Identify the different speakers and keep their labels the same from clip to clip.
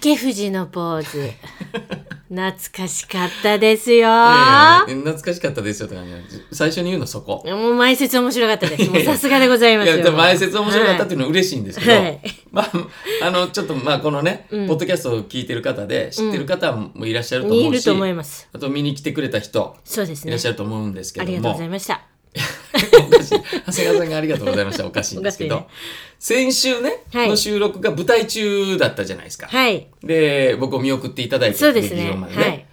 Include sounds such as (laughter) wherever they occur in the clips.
Speaker 1: け藤のポー
Speaker 2: (laughs)
Speaker 1: ズ懐かしかったですよ、
Speaker 2: ええ懐かしかったですよって感じなんです最初に言うのそこ
Speaker 1: もう前説面白かったですもう
Speaker 2: いやいや
Speaker 1: さすがでござい
Speaker 2: い
Speaker 1: ます
Speaker 2: や
Speaker 1: よ
Speaker 2: でも前説面白かったっていうのは嬉しいんですけど、
Speaker 1: はい
Speaker 2: まああのちょっとまあこのね、
Speaker 1: うん
Speaker 2: ポッドキャストを聞いてる方で知ってる方もいらっしゃると
Speaker 1: に
Speaker 2: 思
Speaker 1: いうる
Speaker 2: し、
Speaker 1: と思います
Speaker 2: あと見に来てくれた人
Speaker 1: そうです
Speaker 2: い
Speaker 1: ね
Speaker 2: らっしゃると思うんですけ
Speaker 1: あ
Speaker 2: ど
Speaker 1: りがとう
Speaker 2: も、
Speaker 1: ございました
Speaker 2: おかしい (laughs) 長谷川さんがありがとうございましたおかしいんですけど、
Speaker 1: おか
Speaker 2: 先週ね、
Speaker 1: はい
Speaker 2: の収録が舞台中だったじゃないですか、
Speaker 1: はい
Speaker 2: で僕を見送っていただいて
Speaker 1: そうですね
Speaker 2: 劇場までね、
Speaker 1: はい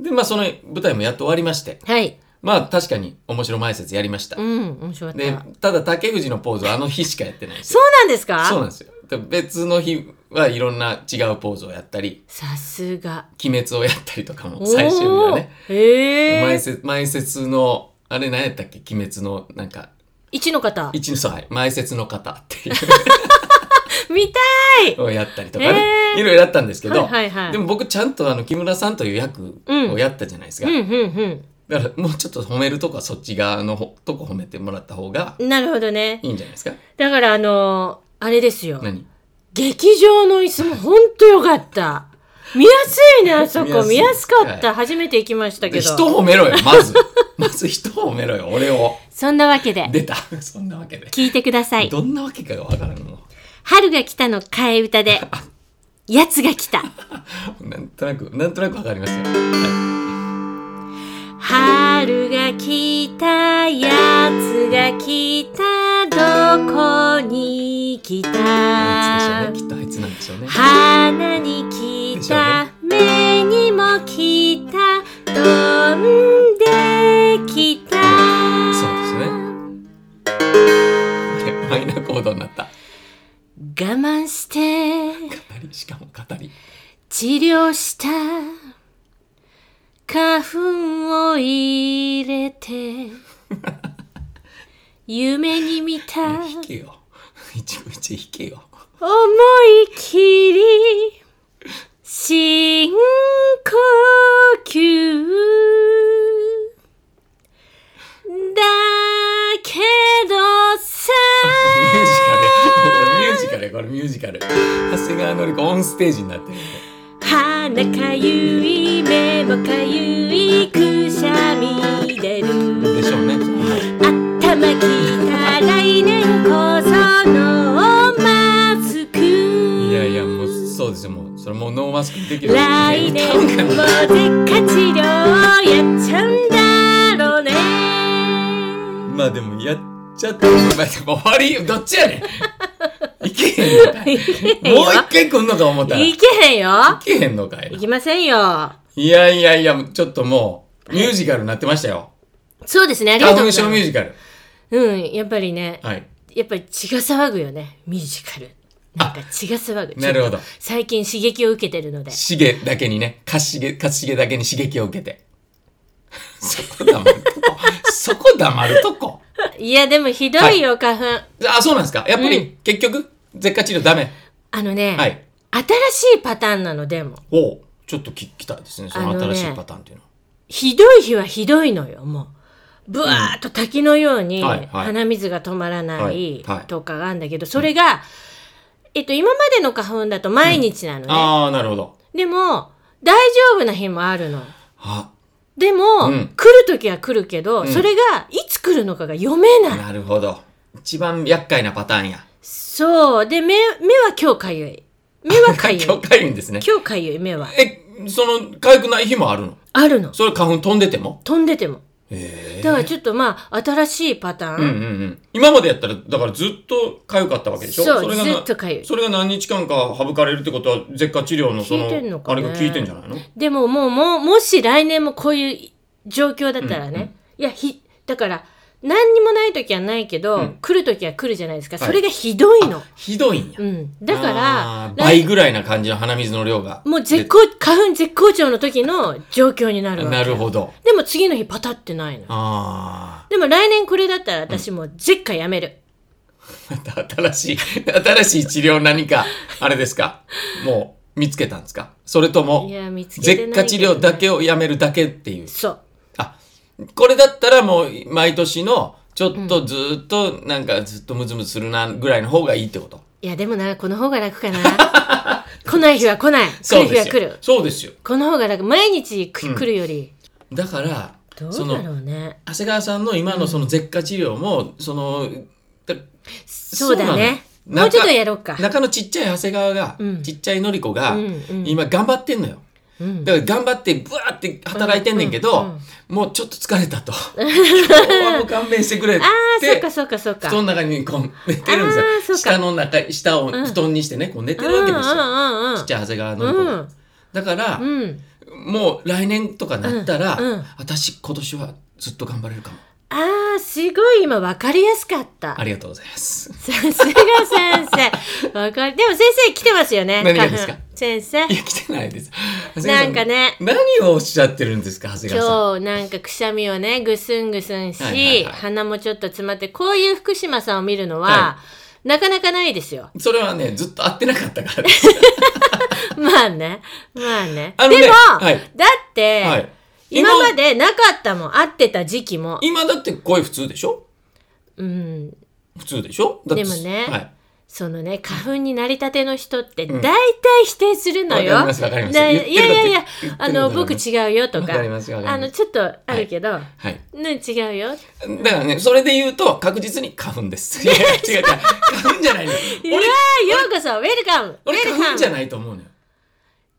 Speaker 2: でまあその舞台もやっと終わりまして
Speaker 1: はい
Speaker 2: まあ確かに面白前説やりました、
Speaker 1: うん面白かっ
Speaker 2: で
Speaker 1: た
Speaker 2: ただ竹藤のポーズはあの日しかやってないんですよ
Speaker 1: そうなんですか
Speaker 2: そうなんですよで別の日はいろんな違うポーズをやったり
Speaker 1: さすが
Speaker 2: 鬼滅をやったりとかも最終日はね
Speaker 1: おーへ
Speaker 2: 前
Speaker 1: え
Speaker 2: 説前説のあれ何やったっけ鬼滅のなんか
Speaker 1: 一の方
Speaker 2: 一のそうはい前説の方っていう
Speaker 1: 見たい
Speaker 2: をやったりとかね、
Speaker 1: えー
Speaker 2: いろいろやったんですけど、
Speaker 1: はいはいはい
Speaker 2: でも僕ちゃんとあの木村さんという役をやったじゃないですか、
Speaker 1: うんうん
Speaker 2: だからもうちょっと褒めるとこはそっち側のほとこ褒めてもらった方が
Speaker 1: うんなるほどね
Speaker 2: いいんじゃないですか
Speaker 1: だからあのーあれですよ
Speaker 2: 何
Speaker 1: 劇場の椅子もほんとよかった見やすい
Speaker 2: (laughs)
Speaker 1: ねあそこ見
Speaker 2: 見
Speaker 1: や
Speaker 2: や
Speaker 1: す
Speaker 2: すい
Speaker 1: かった、
Speaker 2: は
Speaker 1: 初めて行きましたけ
Speaker 2: で人
Speaker 1: ど
Speaker 2: 褒めろよまず (laughs) まず人褒めろよ俺を
Speaker 1: そんなわけで
Speaker 2: 出た (laughs) そんなわけで、
Speaker 1: 聞いてください
Speaker 2: どんなわけかがわからんの
Speaker 1: 「春が来た」の替え歌
Speaker 2: (laughs)
Speaker 1: で「やつが来た」
Speaker 2: なんとなくなんとなくわかりますよ、
Speaker 1: 「春が来たやつが来たどこに来た
Speaker 2: あいつ」でしょうねきっとあいつなんでしょうね
Speaker 1: 花に来
Speaker 2: でしょう
Speaker 1: た、
Speaker 2: ね
Speaker 1: 目にも来た飛んできた
Speaker 2: そうですね (laughs) でマイナーコードになった
Speaker 1: 我慢して
Speaker 2: 語りしかも語
Speaker 1: (laughs)
Speaker 2: り
Speaker 1: 治療した花粉を入れて夢に見た
Speaker 2: 引けよ。一部一引けよ。
Speaker 1: 思い切り深呼吸だけどさ
Speaker 2: ミュージカル。ミュージカルやこれミュージカル。長谷川の子オンステージになってる。
Speaker 1: 鼻かゆい目もかゆいくしゃみ出る
Speaker 2: でしょうね。
Speaker 1: 頭きた来年こそのマスク
Speaker 2: いやいや、もうそうですよ。もうそれもうノーマスクできる。
Speaker 1: 来年も
Speaker 2: 歌うか
Speaker 1: 絶果治療やっちゃうんだろうね
Speaker 2: らまあでもやっちゃった。まあでも終わりよ。どっちやねん。
Speaker 1: (laughs)
Speaker 2: いけへんのかい。
Speaker 1: いけへん
Speaker 2: も
Speaker 1: よ
Speaker 2: う一回来んのか思ったら。
Speaker 1: い
Speaker 2: い
Speaker 1: けへんよ
Speaker 2: けへんのかい
Speaker 1: い。きませんよ
Speaker 2: いやいやいや、ちょっともうミュージカルになってましたよ。
Speaker 1: そうですねありが
Speaker 2: 花
Speaker 1: とうご
Speaker 2: 粉
Speaker 1: ざい
Speaker 2: 症
Speaker 1: ま
Speaker 2: ミュー
Speaker 1: す
Speaker 2: ジカル。
Speaker 1: うんやっぱりね
Speaker 2: はい。
Speaker 1: やっぱり血が騒ぐよねミュージカルなんか血が騒ぐ
Speaker 2: なるほど
Speaker 1: ちょっと最近刺激を受けてるので
Speaker 2: しげだけにね、かしげ、かしげだけに刺激を受けて。 (laughs) そこ黙るとこ。そこ黙るとこ。
Speaker 1: いやでもひどいよ花粉
Speaker 2: あ、そうなんですかやっぱり、結局、舌下治療ダメ。
Speaker 1: あのね、
Speaker 2: はい。
Speaker 1: 新しいパターンなのでも
Speaker 2: おうちょっと聞きたいですね。そ
Speaker 1: あ
Speaker 2: の
Speaker 1: のね
Speaker 2: 新しいパターンっていうのは。
Speaker 1: ひどい日はひどいのよもうぶわーっと滝のように
Speaker 2: はいはい
Speaker 1: 鼻水が止まらな
Speaker 2: はいいはい
Speaker 1: とかがあるんだけどそれが、えっと、今までの花粉だと毎日なのね、
Speaker 2: ああ、なるほど。
Speaker 1: でも大丈夫な日もあるの
Speaker 2: あ、
Speaker 1: でも、
Speaker 2: うん
Speaker 1: 来る時は来るけど、
Speaker 2: ん
Speaker 1: それがいつ来るのかが読めない、
Speaker 2: (laughs) なるほど。一番厄介なパターンや。
Speaker 1: そうで目目は今日かゆい目はかゆい
Speaker 2: (laughs) 今日かゆいんですね。
Speaker 1: 今日かゆい目は
Speaker 2: え、その、かゆくない日もあるの
Speaker 1: あるの
Speaker 2: それ花粉飛んでても
Speaker 1: 飛んでても
Speaker 2: へえ
Speaker 1: だからちょっとまあ新しいパターン、
Speaker 2: うんうんうん。今までやったら、だからずっとかゆかったわけでしょ
Speaker 1: そう
Speaker 2: れがな
Speaker 1: ずっとかゆい
Speaker 2: それが何日間か省かれるってことは、舌下治療のその、
Speaker 1: 効いてんのか
Speaker 2: あ
Speaker 1: ね
Speaker 2: れが効いてんじゃないの
Speaker 1: でももうもうもし来年もこういう状況だったらね、
Speaker 2: うんうん
Speaker 1: いやひだから何にもない時はないけど、
Speaker 2: うん
Speaker 1: 来る時は来るじゃないですか、
Speaker 2: はい
Speaker 1: それがひどいの、
Speaker 2: ひどいんや
Speaker 1: う。ん、だから
Speaker 2: あー
Speaker 1: 来
Speaker 2: 倍ぐらいな感じの鼻水の量が。
Speaker 1: もう絶好花粉絶好調の時の状況になるわけ
Speaker 2: なるほど。
Speaker 1: でも次の日パタってないの
Speaker 2: あ
Speaker 1: でも来年これだったら私もう絶下やめる、
Speaker 2: あ。また (laughs) 新しい、新しい治療何か、あれですかもう見つけたんですかそれとも
Speaker 1: い、や見つけて
Speaker 2: 舌
Speaker 1: な
Speaker 2: 下
Speaker 1: い
Speaker 2: 治
Speaker 1: けど
Speaker 2: 療だけをやめるだけっていう。
Speaker 1: そう
Speaker 2: あ、これだったらもう毎年の、ちょっとずっと、なんかずっとムズムズするなぐらいの方がいいってこと。
Speaker 1: いやでもなこの方が楽かな来ない日は来ない来
Speaker 2: そ
Speaker 1: る
Speaker 2: う
Speaker 1: 日
Speaker 2: で
Speaker 1: は
Speaker 2: す
Speaker 1: 来
Speaker 2: よ
Speaker 1: る。
Speaker 2: そうですよ。
Speaker 1: この方が楽毎日く
Speaker 2: うん
Speaker 1: 来るより、
Speaker 2: だから、
Speaker 1: ど
Speaker 2: そう
Speaker 1: だろ
Speaker 2: の、
Speaker 1: うね
Speaker 2: 長谷川さんの今のその舌下治療も、その、だ
Speaker 1: そうだね
Speaker 2: そうなの
Speaker 1: もうちょっとやろうか
Speaker 2: 中のちっちゃい長谷川が、
Speaker 1: うん
Speaker 2: ちっちゃいのりこが、
Speaker 1: うんうん
Speaker 2: 今頑張ってんのよ。
Speaker 1: うん
Speaker 2: だから頑張って、ブワーって働いてんねんけど、
Speaker 1: うんうん
Speaker 2: もうちょっと疲れた
Speaker 1: (laughs)
Speaker 2: と。今日はもう勘弁してくれっ
Speaker 1: ああそう
Speaker 2: て
Speaker 1: か。そうかそうか
Speaker 2: 布団の中にこう寝てるんですよ
Speaker 1: あーそうか
Speaker 2: 下の中下を
Speaker 1: うん
Speaker 2: 布団にしてねこう寝てるわけです
Speaker 1: うんうん
Speaker 2: よ
Speaker 1: うんうん
Speaker 2: ちっちゃい長谷川の子
Speaker 1: う
Speaker 2: が
Speaker 1: ん
Speaker 2: だから
Speaker 1: うん
Speaker 2: もう来年とかなったら
Speaker 1: うんうん
Speaker 2: 私今年はずっと頑張れるかも
Speaker 1: ああすごい今分かりやすかった
Speaker 2: ありがとうござい
Speaker 1: (laughs)
Speaker 2: ます
Speaker 1: さすが先生。わかる。でも先生来てますよね。
Speaker 2: 何がですか
Speaker 1: 花粉先生。
Speaker 2: いや来てないです長谷川
Speaker 1: な
Speaker 2: さ
Speaker 1: んかね、
Speaker 2: 何をおっしゃってるんですか長谷川さん
Speaker 1: 今日なんかくしゃみをね、ぐすんぐすんし、
Speaker 2: はいはいはい
Speaker 1: 鼻もちょっと詰まって、こういう福島さんを見るのは、
Speaker 2: は
Speaker 1: なかなかないですよ。 (laughs)
Speaker 2: それはねずっと会ってなかったからです
Speaker 1: まあね。まあね。
Speaker 2: あのね
Speaker 1: でも、
Speaker 2: はい
Speaker 1: だって、
Speaker 2: はい
Speaker 1: 今までなかったもん。会ってた時期も。
Speaker 2: 今だって声普通でしょ
Speaker 1: うん。
Speaker 2: 普通でしょだって
Speaker 1: でもね
Speaker 2: はい
Speaker 1: そのね、花粉になりたての人って、
Speaker 2: う
Speaker 1: 大
Speaker 2: ん
Speaker 1: 体否定するのよ。
Speaker 2: わかりますわかります
Speaker 1: だい
Speaker 2: 言って
Speaker 1: や
Speaker 2: る
Speaker 1: いやいや
Speaker 2: 言ってる言ってる、
Speaker 1: あの、
Speaker 2: わかり
Speaker 1: 僕
Speaker 2: ます
Speaker 1: 違うよと
Speaker 2: わ
Speaker 1: か。
Speaker 2: かりますわか
Speaker 1: あ
Speaker 2: りま
Speaker 1: の
Speaker 2: す
Speaker 1: ちょっとあるけど、
Speaker 2: はい
Speaker 1: ね違うよ。
Speaker 2: だからね、それで言うと確実に花粉です。いや違う (laughs) 違う。花粉じゃないの。
Speaker 1: いやー
Speaker 2: 俺、
Speaker 1: ようこそウェルカムウェ
Speaker 2: 俺
Speaker 1: ルカ
Speaker 2: 花粉
Speaker 1: ム
Speaker 2: じゃないと思うのよ。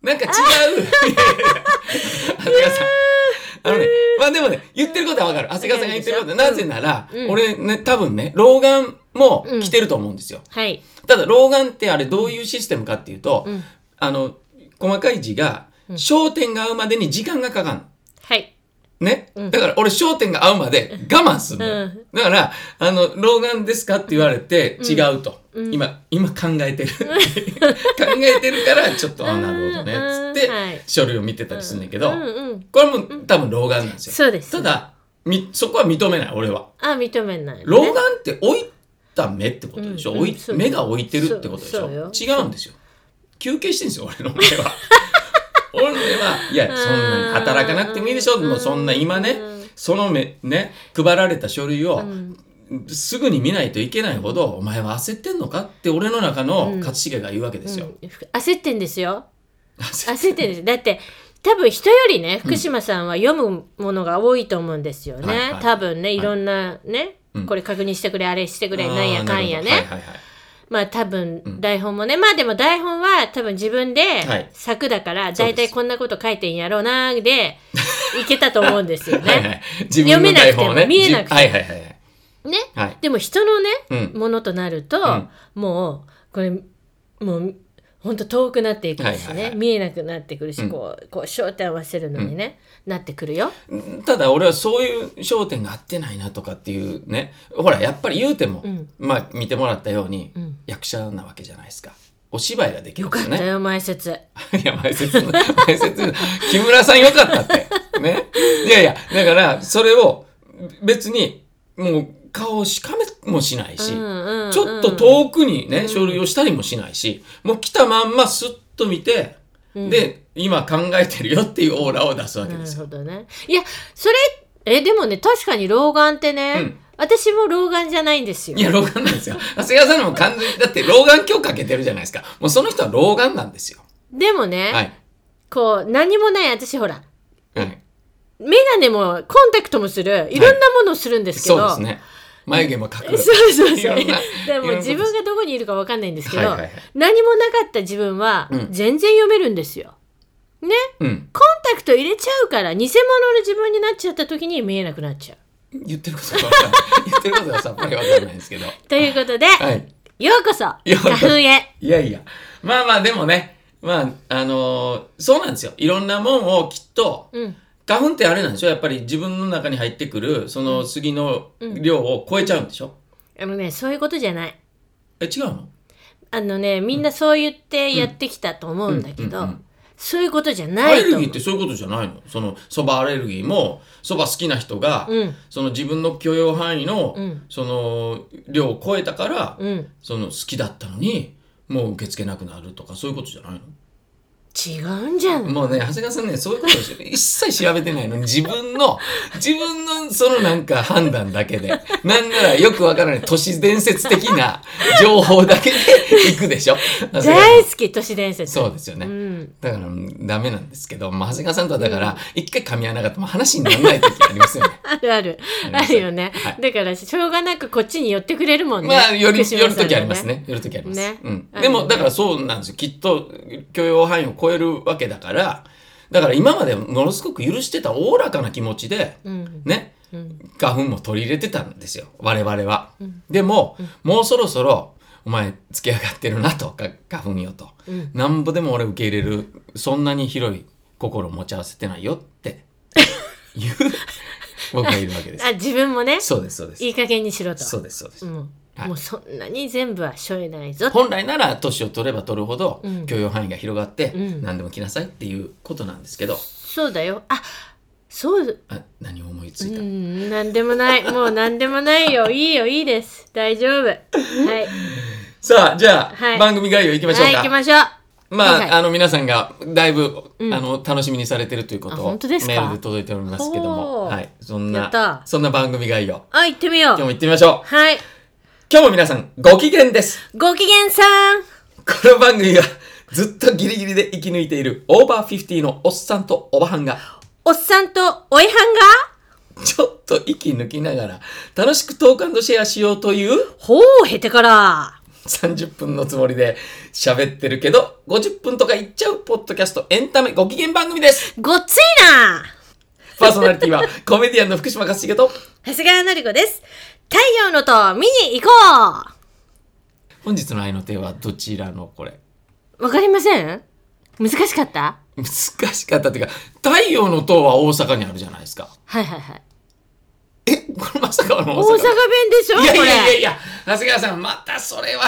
Speaker 2: なんか違 (laughs) う。いやいやいや長谷川さん。あのね、まあでもね、言ってることはわかる。長谷川さんが言ってることは、
Speaker 1: わか
Speaker 2: な
Speaker 1: るで
Speaker 2: ぜ
Speaker 1: しょ
Speaker 2: なら
Speaker 1: うんう、ん
Speaker 2: 俺ね、多分ね、老眼も来てると思うんですよ。
Speaker 1: はい。
Speaker 2: ただ、老眼ってあれどういうシステムかっていうと
Speaker 1: うん、
Speaker 2: あの、細かい字が、焦点が合うまでに時間がかかる。
Speaker 1: はい。
Speaker 2: ね、
Speaker 1: うん
Speaker 2: だから俺焦点が合うまで我慢するのよ、だからあの老眼ですかって言われて違うと、
Speaker 1: うん
Speaker 2: 今今考えてる (laughs) 考えてるからちょっとあなるほどね
Speaker 1: うんうん
Speaker 2: つって、
Speaker 1: はい
Speaker 2: 書類を見てたりするんだけど、
Speaker 1: うんうん。
Speaker 2: これも多分老眼なんですよ、
Speaker 1: そうです。
Speaker 2: ただみそこは認めない俺は
Speaker 1: あ認めない、ね。
Speaker 2: 老眼って老いた目ってことでしょ、
Speaker 1: うんうん
Speaker 2: 老い
Speaker 1: そう
Speaker 2: 目が老いてるってことでし
Speaker 1: そ
Speaker 2: ょ
Speaker 1: うよ
Speaker 2: 違うんですよ休憩してんですよ俺の目
Speaker 1: (laughs)
Speaker 2: は俺の目はいやそんなに働かなくてもいいでしょ
Speaker 1: うん
Speaker 2: もうそんな今ね
Speaker 1: うん
Speaker 2: その目ね配られた書類を
Speaker 1: うん
Speaker 2: すぐに見ないといけないほどお前は焦ってんのかって俺の中の勝重が言うわけですよ、
Speaker 1: うんふ焦ってんですよ。
Speaker 2: 焦
Speaker 1: 焦ってんです。だって多分人よりね福島さんは読むものが多いと思うんですよね。
Speaker 2: はいはい
Speaker 1: 多分ねいろんなね、
Speaker 2: うん
Speaker 1: これ確認してくれあれしてくれ
Speaker 2: あー
Speaker 1: なんやかんやね。
Speaker 2: なるほどはいはいはい
Speaker 1: まあ多分
Speaker 2: うん
Speaker 1: 台本もね、まあでも台本は多分自分で
Speaker 2: はい
Speaker 1: 作だから
Speaker 2: そう
Speaker 1: 大
Speaker 2: で
Speaker 1: 体
Speaker 2: す
Speaker 1: こんなこと書いてんやろうなーでいけたと思うんですよね。
Speaker 2: (laughs) はいはい自分の台本をね
Speaker 1: 読めなくても見
Speaker 2: じはいはいはい
Speaker 1: ね
Speaker 2: はい
Speaker 1: でも人のね、
Speaker 2: うん
Speaker 1: ものとなると、
Speaker 2: ん
Speaker 1: もうこれもうほんと遠くなっていくしね、
Speaker 2: はいはいはい
Speaker 1: 見えなくなってくるし、
Speaker 2: うん
Speaker 1: こうこう焦点合わせるのにね、なってくるよ。
Speaker 2: ただ俺はそういう焦点が合ってないなとかっていうねほらやっぱり言うても、
Speaker 1: うん
Speaker 2: まあ見てもらったように、
Speaker 1: うん
Speaker 2: 役者なわけじゃないですかお芝居ができる
Speaker 1: よ
Speaker 2: んで
Speaker 1: かっ
Speaker 2: すよ
Speaker 1: た
Speaker 2: ね。
Speaker 1: よ前説。
Speaker 2: (laughs) いや前説の前説木村さんよかったってねいやいやだからそれを別にもう顔をしかめもしないし、
Speaker 1: うんうんうん
Speaker 2: ちょっと遠くにね、書類をしたりもしないし、もう来たまんますっと見て、で今考えてるよっていうオーラを出すわけ
Speaker 1: な
Speaker 2: で
Speaker 1: る
Speaker 2: すよ。
Speaker 1: ほどね。いやそれえでもね確かに老眼ってね、
Speaker 2: うん
Speaker 1: 私も老眼じゃないんですよ
Speaker 2: い。や、老眼なんですよ。長谷川さんのも完全に、だって老眼鏡かけてるじゃないですか。もうその人は老眼なんですよ。
Speaker 1: でもね、
Speaker 2: はい。
Speaker 1: こう何もない私ほら
Speaker 2: はい、
Speaker 1: 眼鏡もコンタクトもするいろんなものをするんですけど、
Speaker 2: そうですね。眉毛も
Speaker 1: (laughs) そう
Speaker 2: 隠る。
Speaker 1: そう
Speaker 2: い
Speaker 1: そう
Speaker 2: ろんな
Speaker 1: で
Speaker 2: いろん
Speaker 1: も
Speaker 2: なことです
Speaker 1: 自分がどこにいるかわかんないんですけど、
Speaker 2: はいはいはい
Speaker 1: 何もなかった自分は
Speaker 2: うん
Speaker 1: 全然読めるんですよ、ね
Speaker 2: うん。
Speaker 1: コンタクト入れちゃうから偽物の自分になっちゃった時に見えなくなっちゃう
Speaker 2: 言ってることが分かんない。言ってることがさっぱりわかんないんですけど。
Speaker 1: ということで、
Speaker 2: はい。
Speaker 1: ようこそ
Speaker 2: ようこそ
Speaker 1: 花粉へ
Speaker 2: いやいや。まあまあ、でもね。まあ、あのーそうなんですよ。いろんなもんをきっと、
Speaker 1: うん
Speaker 2: 花粉ってあれなんでしょやっぱり自分の中に入ってくる、その杉の量を超えちゃうんでしょ、
Speaker 1: あのねそういうことじゃない
Speaker 2: え、違うの
Speaker 1: あのねみんなそう言ってやってきたと思うんだけど、
Speaker 2: うんうんうんうん
Speaker 1: そういうことじゃな
Speaker 2: アレ
Speaker 1: いと
Speaker 2: ル
Speaker 1: 思
Speaker 2: ギ
Speaker 1: う
Speaker 2: ーってそういうことじゃないのそのそばアレルギーもそば好きな人が、
Speaker 1: うん
Speaker 2: その自分の許容範囲の、
Speaker 1: うん
Speaker 2: その量を超えたから、
Speaker 1: うん
Speaker 2: その好きだったのにもう受け付けなくなるとかそういうことじゃないの
Speaker 1: 違うんじゃない
Speaker 2: もうね、長谷川さんね、 (laughs) そういうことをし一切調べてないのに、自分の、 (laughs) 自分のそのなんか判断だけで、 (laughs) なんならよくわからない都市伝説的
Speaker 1: (laughs)
Speaker 2: な情報だけで行くでしょ。長谷川さん
Speaker 1: 大好き都市伝説
Speaker 2: そうですよね。
Speaker 1: うん、
Speaker 2: だから、うんダメなんですけど、まあ、長谷川さんとはだから、一回噛み合わなかったも話にならない時ありますよね。
Speaker 1: (laughs) あるある
Speaker 2: りま
Speaker 1: あ
Speaker 2: す
Speaker 1: るよね、
Speaker 2: はい
Speaker 1: だからしょうがなくこっちに寄ってくれるもんね
Speaker 2: まあ、より、
Speaker 1: 福島
Speaker 2: よる
Speaker 1: さん
Speaker 2: 時
Speaker 1: の
Speaker 2: ありますね。よる時あります。
Speaker 1: ね
Speaker 2: うん
Speaker 1: あ。の
Speaker 2: でも、だからそうなんですよ。きっと、許容範囲を超えるわけだから、だから今までものすごく許してたおおらかな気持ちで、
Speaker 1: うん
Speaker 2: ね、
Speaker 1: うん
Speaker 2: 花粉も取り入れてたんですよ我々は、
Speaker 1: うん
Speaker 2: でも、もうそろそろお前つけ上がってるなとか花粉よと、
Speaker 1: うん
Speaker 2: なんぼでも俺受け入れるそんなに広い心を持ち合わせてないよっていう僕がいるわけで
Speaker 1: (laughs)
Speaker 2: す
Speaker 1: あ自分もね
Speaker 2: そうですそうです
Speaker 1: いい加減にしろと
Speaker 2: そうですそうです、
Speaker 1: うん
Speaker 2: はい
Speaker 1: もうそんなに全部はしょえない (laughs) ぞ
Speaker 2: 本来なら年を取れば取るほど
Speaker 1: うん
Speaker 2: 許容範囲が広がって、
Speaker 1: うん
Speaker 2: 何でも着なさいっていうことなんですけど、
Speaker 1: そうだよあそう
Speaker 2: あ何を思い
Speaker 1: う
Speaker 2: ついた、
Speaker 1: んなんでもない
Speaker 2: (laughs)
Speaker 1: もうなんでもないよいいよいいです大丈夫はい
Speaker 2: さあじゃあ、
Speaker 1: はい
Speaker 2: 番組概要いきましょう
Speaker 1: はい
Speaker 2: か、
Speaker 1: 行きましょう
Speaker 2: まあ、
Speaker 1: はい
Speaker 2: あの皆さんがだいぶ、
Speaker 1: うん
Speaker 2: あの楽しみにされてるということ
Speaker 1: あ
Speaker 2: をメ
Speaker 1: 本当ですか
Speaker 2: ールで届いておりますけども、
Speaker 1: ほう
Speaker 2: はい、そん
Speaker 1: やっ
Speaker 2: な
Speaker 1: た
Speaker 2: そんな番組概要
Speaker 1: あ行ってみよ
Speaker 2: 今日も
Speaker 1: う
Speaker 2: 行ってみましょう
Speaker 1: はい
Speaker 2: 今日も皆さんご機嫌です
Speaker 1: ご機嫌さん
Speaker 2: この番組はずっとギリギリで生き抜いているオーバーフィフティのおっさんとおばはんが
Speaker 1: おっさんとおいはんが
Speaker 2: ちょっと息抜きながら楽しくトークシェアしようという
Speaker 1: ほうへてから
Speaker 2: 30分のつもりで喋ってるけど50分とかいっちゃうポッドキャストエンタメご機嫌番組です
Speaker 1: ごっついな
Speaker 2: パーソナリティはコメディアンの福島勝重と
Speaker 1: 長谷川のりこです太陽の塔見に行こ
Speaker 2: 本日の愛の手はどちらのこれ
Speaker 1: うわかりません難しかった
Speaker 2: 難しかったっていうか太陽の塔は大阪にあるじゃないですか
Speaker 1: はいはいはい
Speaker 2: えこれまさかの
Speaker 1: 大阪弁でしょ
Speaker 2: いやい
Speaker 1: これ
Speaker 2: やいやいや長谷川さんまたそれは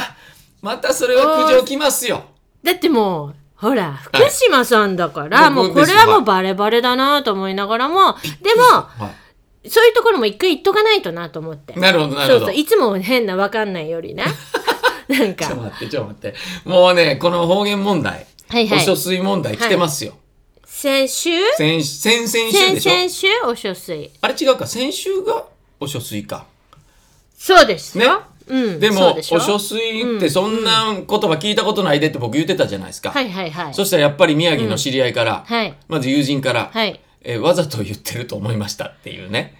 Speaker 2: またそれは苦情きますよ
Speaker 1: だってもうほら福島さんだから、
Speaker 2: はい
Speaker 1: もう
Speaker 2: 僕
Speaker 1: こ
Speaker 2: です
Speaker 1: れはもうバレバレだなと思いながらもでも
Speaker 2: は
Speaker 1: そういうところも一回言っとかないとなと思って
Speaker 2: いなるほどなるほど
Speaker 1: そうそういつも変なわかんないよ
Speaker 2: (laughs)
Speaker 1: りねなん
Speaker 2: ちょっ
Speaker 1: か
Speaker 2: と待ってちょっと待ってもうねこの方言問題、
Speaker 1: はいは
Speaker 2: お疎
Speaker 1: い
Speaker 2: 水問題来てますよ、
Speaker 1: 先週
Speaker 2: 先先々週
Speaker 1: 先
Speaker 2: でしょ
Speaker 1: 々週お処水
Speaker 2: あれ違うか先週がお処水か
Speaker 1: そうです
Speaker 2: ね
Speaker 1: よ、うん
Speaker 2: で
Speaker 1: そう
Speaker 2: も
Speaker 1: でしょ
Speaker 2: お処水ってそんな言葉聞いたことないでって僕言ってたじゃないですか、
Speaker 1: はいはいはい
Speaker 2: そしたらやっぱり宮城の知り合いから、
Speaker 1: はい
Speaker 2: まず友人から、
Speaker 1: はい
Speaker 2: えーわざと言ってると思いましたっていうね。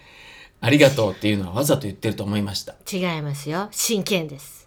Speaker 2: ありがとうっていうのはわざと言ってると思いました。 (laughs)
Speaker 1: 違いますよ真剣です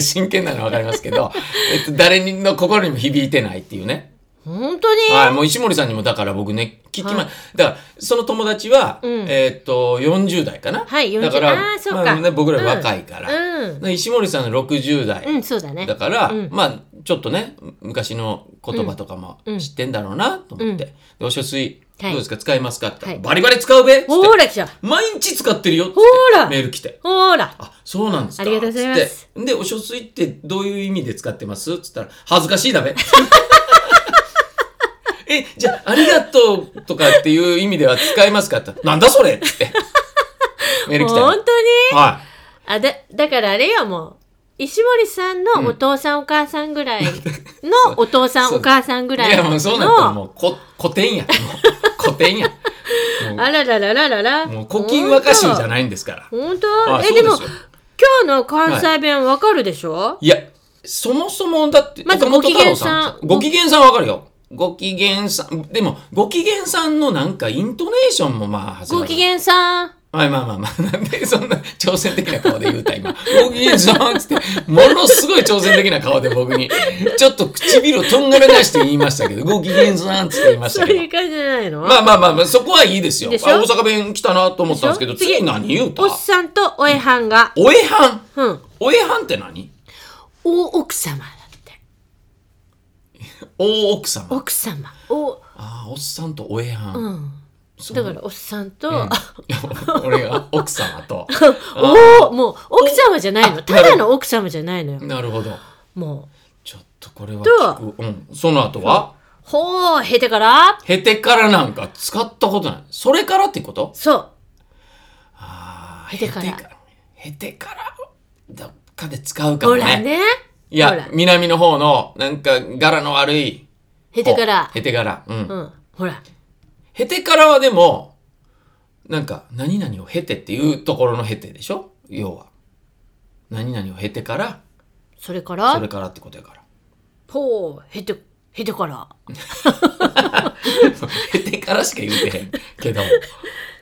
Speaker 2: 真剣なのはわかりますけ
Speaker 1: (laughs)
Speaker 2: ど、えっと、誰の心にも響いてないっていうね。
Speaker 1: 本当に
Speaker 2: はい、もう石森さんにもだから僕ね、聞きま、だから、その友達は、
Speaker 1: うん
Speaker 2: えーっと、40代かな。
Speaker 1: はい40
Speaker 2: だから、
Speaker 1: あーそうか
Speaker 2: まあね、僕ら若いから。
Speaker 1: うん
Speaker 2: で石森さんの60代。
Speaker 1: うんそうだね
Speaker 2: だから、
Speaker 1: うん
Speaker 2: まあちょっとね昔の言葉とかも
Speaker 1: うん
Speaker 2: 知ってんだろうなと思って、
Speaker 1: う
Speaker 2: でお処水ど
Speaker 1: はいう
Speaker 2: ですか使いますかって、
Speaker 1: はい
Speaker 2: バリバリ使うべっつって
Speaker 1: ほーら来た
Speaker 2: 毎日使ってるよっつって
Speaker 1: ほーら
Speaker 2: メール来て
Speaker 1: ほーら
Speaker 2: あそうなんですか
Speaker 1: ありがとうございます
Speaker 2: っつってでお処水ってどういう意味で使ってますっつったら恥ずかしいだ
Speaker 1: (laughs)
Speaker 2: べえじゃあありがとうとかっていう意味では使えますかってなんだそれっつって
Speaker 1: (laughs)
Speaker 2: メール来たよ
Speaker 1: 本当に
Speaker 2: は
Speaker 1: あだだからあれよもう石森さんのお父さん、お母さんぐらいのお父さん
Speaker 2: そう
Speaker 1: お母さんぐ
Speaker 2: い
Speaker 1: ら
Speaker 2: い
Speaker 1: い
Speaker 2: や
Speaker 1: の
Speaker 2: もうそうなったらもうこ古典やもう古
Speaker 1: (laughs)
Speaker 2: 典やもう
Speaker 1: あらららららら
Speaker 2: もう古今和歌集じゃ
Speaker 1: い
Speaker 2: ないんですから。
Speaker 1: 本当
Speaker 2: あ
Speaker 1: えでも
Speaker 2: そう
Speaker 1: 今
Speaker 2: すよ
Speaker 1: 日の関西弁わかるでしょ、
Speaker 2: いや、そもそもだって、
Speaker 1: まず
Speaker 2: 岡本太郎ご
Speaker 1: ご
Speaker 2: 機
Speaker 1: 機
Speaker 2: 嫌さんわかるよ。ご機嫌さん、でも、ご機嫌さんのなんかイントネーションもまあ、
Speaker 1: ご機嫌さん
Speaker 2: はい、まあまあま (laughs) あ、なんでそんな挑戦的な顔で言うた、今。ご機嫌さんっつって、ものすごい挑戦的な顔で僕に、ちょっと唇をとんがらかして言いましたけど、ご機嫌さんっつって言いまし
Speaker 1: そ
Speaker 2: た
Speaker 1: う
Speaker 2: けど
Speaker 1: い。う感じじゃないの、
Speaker 2: まあまあまあまあ、そこはいいですよ。あ
Speaker 1: で
Speaker 2: 大
Speaker 1: しょ
Speaker 2: 阪弁来たなと思ったんですけど、
Speaker 1: でしょ次
Speaker 2: 次何言うた
Speaker 1: おっさんとおえはんが、
Speaker 2: おえはん
Speaker 1: うん、
Speaker 2: おえはんって何
Speaker 1: お奥様だって
Speaker 2: 大奥様。
Speaker 1: 奥様お
Speaker 2: ああ、おっさんとおえはん。
Speaker 1: うん
Speaker 2: そう
Speaker 1: だからおっさんと、
Speaker 2: いや (laughs) 俺が奥様と。
Speaker 1: おおもう奥様じゃないのただの奥様じゃないのよ
Speaker 2: なるほど。
Speaker 1: も
Speaker 2: ちょっとこれは聞く。うん。その後は、
Speaker 1: うほうへてから
Speaker 2: へてからなんか使ったことない。それからってこと
Speaker 1: そう
Speaker 2: ああ、
Speaker 1: へてから
Speaker 2: へてから。へてからどっかで使うか
Speaker 1: ほ
Speaker 2: も
Speaker 1: ら
Speaker 2: ね。
Speaker 1: ね
Speaker 2: い
Speaker 1: ほ
Speaker 2: や
Speaker 1: ら、
Speaker 2: 南の方の、なんか柄の悪い、
Speaker 1: へてから
Speaker 2: へてから。うん。
Speaker 1: うんほら
Speaker 2: へてからはでも、なんか、何々を経てっていうところのへてでしょ要は。何々を経てから、
Speaker 1: それか
Speaker 2: それ
Speaker 1: ら
Speaker 2: からってことやから。
Speaker 1: ほうへてへてから
Speaker 2: へてからしか言うてへん (laughs) けど。